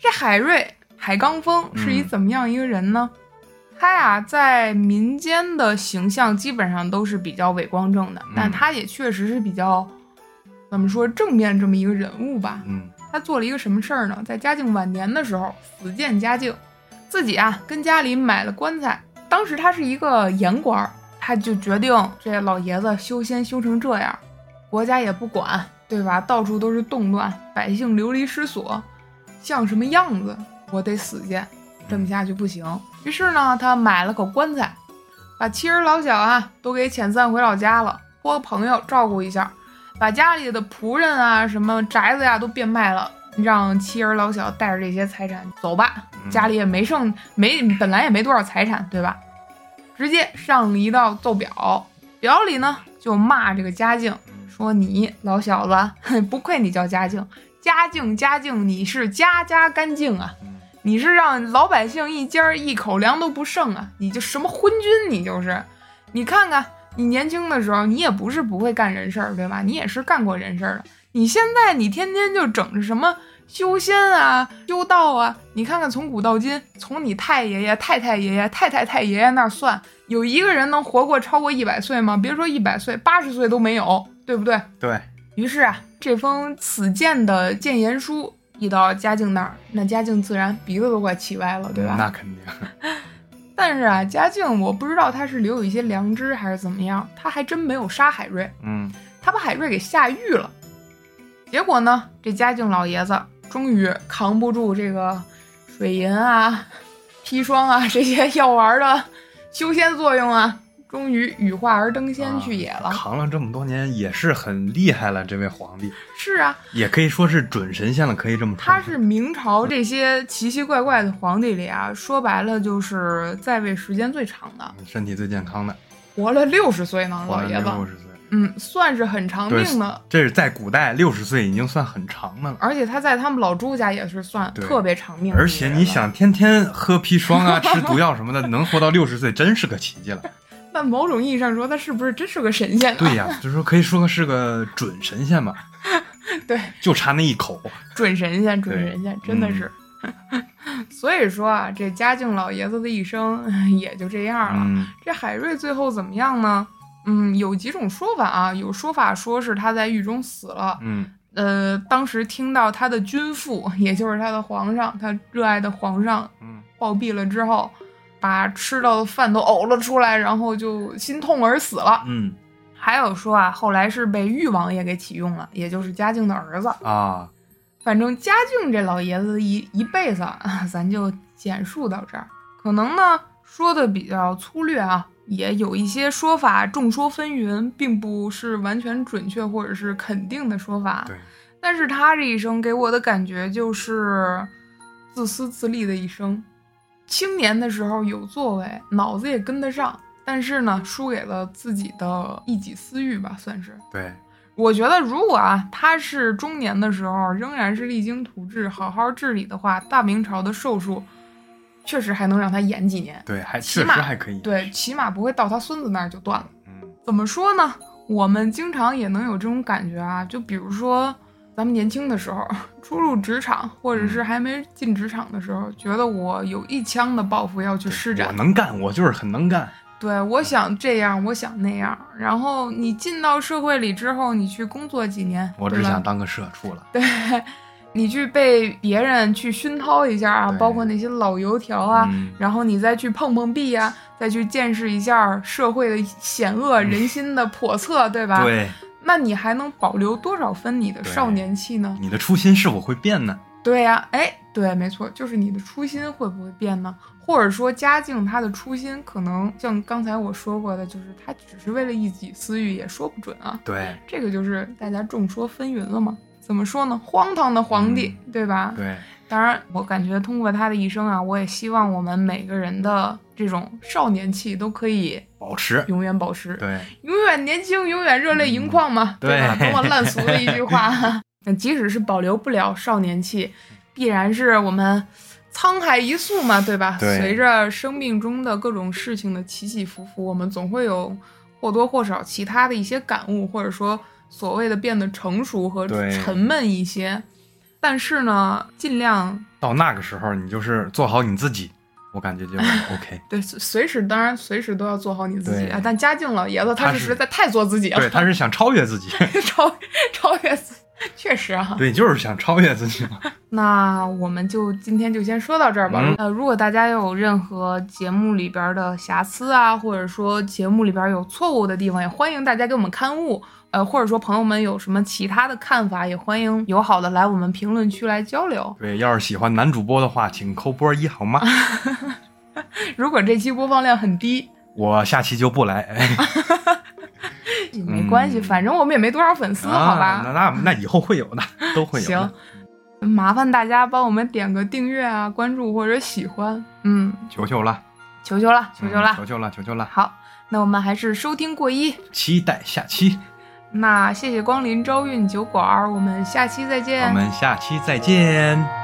[SPEAKER 2] 这海瑞海刚峰是一
[SPEAKER 3] 嗯
[SPEAKER 2] 怎么样一个人呢？他呀，在民间的形象基本上都是比较伟光正的，但
[SPEAKER 3] 嗯
[SPEAKER 2] 他也确实是比较怎么说正面这么一个人物吧。
[SPEAKER 3] 嗯
[SPEAKER 2] 他做了一个什么事儿呢？在嘉靖晚年的时候，死谏嘉靖，自己啊跟家里买了棺材。当时他是一个盐官儿，他就决定这老爷子修仙修成这样，国家也不管，对吧？到处都是动乱，百姓流离失所，像什么样子？我得死谏，这么下去不行。于是呢，他买了口棺材，把妻儿老小啊都给遣散回老家了，托个朋友照顾一下。把家里的仆人啊、什么宅子呀、都变卖了，让妻儿老小带着这些财产走吧。
[SPEAKER 3] 嗯
[SPEAKER 2] 家里也没剩没，本来也没多少财产，对吧？直接上了一道奏表，表里呢就骂这个嘉靖，说你老小子， 哼不愧你叫嘉靖，嘉靖嘉靖，你是家家干净啊，
[SPEAKER 3] 嗯
[SPEAKER 2] 你是让老百姓一家儿一口粮都不剩啊！你就什么昏君，你就是，你看看你年轻的时候，你也不是不会干人事儿，对吧？你也是干过人事儿的。你现在你天天就整着什么修仙啊、修道啊，你看看从古到今，从你太爷爷、太太爷爷、太太太爷爷那儿算，有一个人能活过超过一百岁吗？别说一百岁，八十岁都没有，对不对？
[SPEAKER 3] 对，
[SPEAKER 2] 于是啊，这封此谏的谏言书一到嘉靖那儿，那嘉靖自然鼻子都快气歪了，对吧？
[SPEAKER 3] 嗯那肯定。
[SPEAKER 2] 但是啊，嘉靖我不知道他是留有一些良知还是怎么样，他还真没有杀海瑞，
[SPEAKER 3] 嗯，
[SPEAKER 2] 他把海瑞给下狱了。结果呢，这嘉靖老爷子终于扛不住这个水银啊、 砒霜啊这些药丸的修仙作用啊，终于羽化而登
[SPEAKER 3] 啊
[SPEAKER 2] 仙去野了。
[SPEAKER 3] 扛了这么多年也是很厉害了，这位皇帝
[SPEAKER 2] 是啊，
[SPEAKER 3] 也可以说是准神仙了，可以这么说。
[SPEAKER 2] 他是明朝这些奇奇怪怪的皇帝里啊，说白了就是在位时间最长的，
[SPEAKER 3] 身体最健康的，
[SPEAKER 2] 活了六十岁呢，
[SPEAKER 3] 活
[SPEAKER 2] 老
[SPEAKER 3] 了
[SPEAKER 2] 爷子，
[SPEAKER 3] 六十岁，
[SPEAKER 2] 嗯，算是很长命的。
[SPEAKER 3] 这是在古代六十岁已经算很长的了。
[SPEAKER 2] 而且他在他们老朱家也是算
[SPEAKER 3] 对
[SPEAKER 2] 特别长命的一个人了，
[SPEAKER 3] 而且你想，天天喝砒霜啊，吃毒药什么的，能活到六 十岁，真是个奇迹了。
[SPEAKER 2] 但某种意义上说，他是不是真是个神仙呢？啊
[SPEAKER 3] 对呀，就是说可以说是个准神仙吧，
[SPEAKER 2] 对，
[SPEAKER 3] 就差那一口。
[SPEAKER 2] 准神仙，准神仙，真的是。
[SPEAKER 3] 嗯
[SPEAKER 2] 所以说啊，这嘉靖老爷子的一生 哎也就这样了。
[SPEAKER 3] 嗯，
[SPEAKER 2] 这海瑞最后怎么样呢？嗯，有几种说法啊，有说法说是他在狱中死了。
[SPEAKER 3] 嗯，
[SPEAKER 2] 呃，当时听到他的君父， 也就是他的皇上，他热爱的皇上
[SPEAKER 3] 嗯，
[SPEAKER 2] 暴毙了之后，把吃到的饭都呕了出来，然后就心痛而死了。
[SPEAKER 3] 嗯
[SPEAKER 2] 还有说啊，后来是被誉王爷给启用了，也就是嘉靖的儿子。
[SPEAKER 3] 啊，
[SPEAKER 2] 反正嘉靖这老爷子一一辈子啊， 咱就简述到这儿。可能呢说的比较粗略啊，也有一些说法众说纷纭，并不是完全准确或者是肯定的说法。
[SPEAKER 3] 对，
[SPEAKER 2] 但是他这一生给我的感觉就是自私自利的一生。青年的时候有作为，脑子也跟得上，但是呢，输给了自己的一己私欲吧，算是。
[SPEAKER 3] 对，
[SPEAKER 2] 我觉得，如果啊，他是中年的时候仍然是励精图治、好好治理的话，大明朝的寿数确实还能让他延几年。
[SPEAKER 3] 对，还
[SPEAKER 2] 起
[SPEAKER 3] 确
[SPEAKER 2] 码
[SPEAKER 3] 实还可以。
[SPEAKER 2] 对，起码不会到他孙子那儿就断了。
[SPEAKER 3] 嗯，
[SPEAKER 2] 怎么说呢？我们经常也能有这种感觉啊，就比如说咱们年轻的时候，初入职场，或
[SPEAKER 3] 嗯
[SPEAKER 2] 者是还没进职场的时候，觉得我有一腔的抱负要去施
[SPEAKER 3] 我
[SPEAKER 2] 展，
[SPEAKER 3] 能干，我就是很能干。
[SPEAKER 2] 对，我想这样，我想那样。然后你进到社会里之后，你去工作几年，
[SPEAKER 3] 我
[SPEAKER 2] 对
[SPEAKER 3] 只
[SPEAKER 2] 吧
[SPEAKER 3] 想当个社畜了。
[SPEAKER 2] 对，你去被别人去熏陶一下啊，
[SPEAKER 3] 对
[SPEAKER 2] 包括那些老油条啊，
[SPEAKER 3] 嗯
[SPEAKER 2] 然后你再去碰碰壁呀、再去见识一下社会的险恶、人心的叵测，对吧？。
[SPEAKER 3] 嗯对，
[SPEAKER 2] 那你还能保留多少分你的
[SPEAKER 3] 对
[SPEAKER 2] 少年气呢？
[SPEAKER 3] 你的初心是否会变呢？
[SPEAKER 2] 对呀、哎，对，没错，就是你的初心会不会变呢？或者说，嘉靖他的初心可能像刚才我说过的，就是他只是为了一己私欲，也说不准啊。
[SPEAKER 3] 对，
[SPEAKER 2] 这个就是大家众说纷纭了嘛。怎么说呢？荒唐的皇帝，对吧？
[SPEAKER 3] 嗯对，
[SPEAKER 2] 当然，我感觉通过他的一生啊，我也希望我们每个人的这种少年气都可以
[SPEAKER 3] 保持。
[SPEAKER 2] 永远保持，
[SPEAKER 3] 对，
[SPEAKER 2] 永远年轻，永远热泪盈眶嘛，
[SPEAKER 3] 嗯对
[SPEAKER 2] 吧？多么烂俗的一句话。 那即使是保留不了少年气，必然是我们沧海一粟嘛，对吧？
[SPEAKER 3] 对
[SPEAKER 2] 随着生命中的各种事情的起起伏伏，我们总会有或多或少其他的一些感悟，或者说所谓的变得成熟和
[SPEAKER 3] 对
[SPEAKER 2] 沉闷一些。但是呢，尽量
[SPEAKER 3] 到那个时候，你就是做好你自己，我 感觉就 OK。
[SPEAKER 2] 对，随随时当然随时都要做好你自己
[SPEAKER 3] 对
[SPEAKER 2] 啊。但嘉靖老爷子他
[SPEAKER 3] 他
[SPEAKER 2] 是
[SPEAKER 3] 是
[SPEAKER 2] 实在太做自己了，
[SPEAKER 3] 对，他是想超 越自己，
[SPEAKER 2] 超超越自，确实啊。
[SPEAKER 3] 对，就是想超越自己嘛。
[SPEAKER 2] 那我们就今天就先说到这儿吧。
[SPEAKER 3] 嗯
[SPEAKER 2] 呃，如果大家有任何节目里边的瑕疵啊，或者说节目里边有错误的地方，也欢迎大家给我们刊物。呃，或者说朋友们有什么其他的看法，也欢迎友好的来我们评论区来交流。
[SPEAKER 3] 对，要是喜欢男主播的话，请扣波一好吗？
[SPEAKER 2] 如果这期播放量很低，
[SPEAKER 3] 我下期就不来。哎
[SPEAKER 2] 也没关系，
[SPEAKER 3] 嗯
[SPEAKER 2] 反正我们也没多少粉丝，哦好吧？
[SPEAKER 3] 啊那那那以后会有的，都会有
[SPEAKER 2] 行
[SPEAKER 3] 的。，
[SPEAKER 2] 麻烦大家帮我们点个订阅啊、关注或者喜欢，嗯，
[SPEAKER 3] 求求了，
[SPEAKER 2] 求求了，求求了。
[SPEAKER 3] 嗯求求了，求求了！
[SPEAKER 2] 好，那我们还是收听过一，
[SPEAKER 3] 期待下期，
[SPEAKER 2] 那谢谢光临朝韵酒馆儿，我们下期再见。
[SPEAKER 3] 我们下期再见。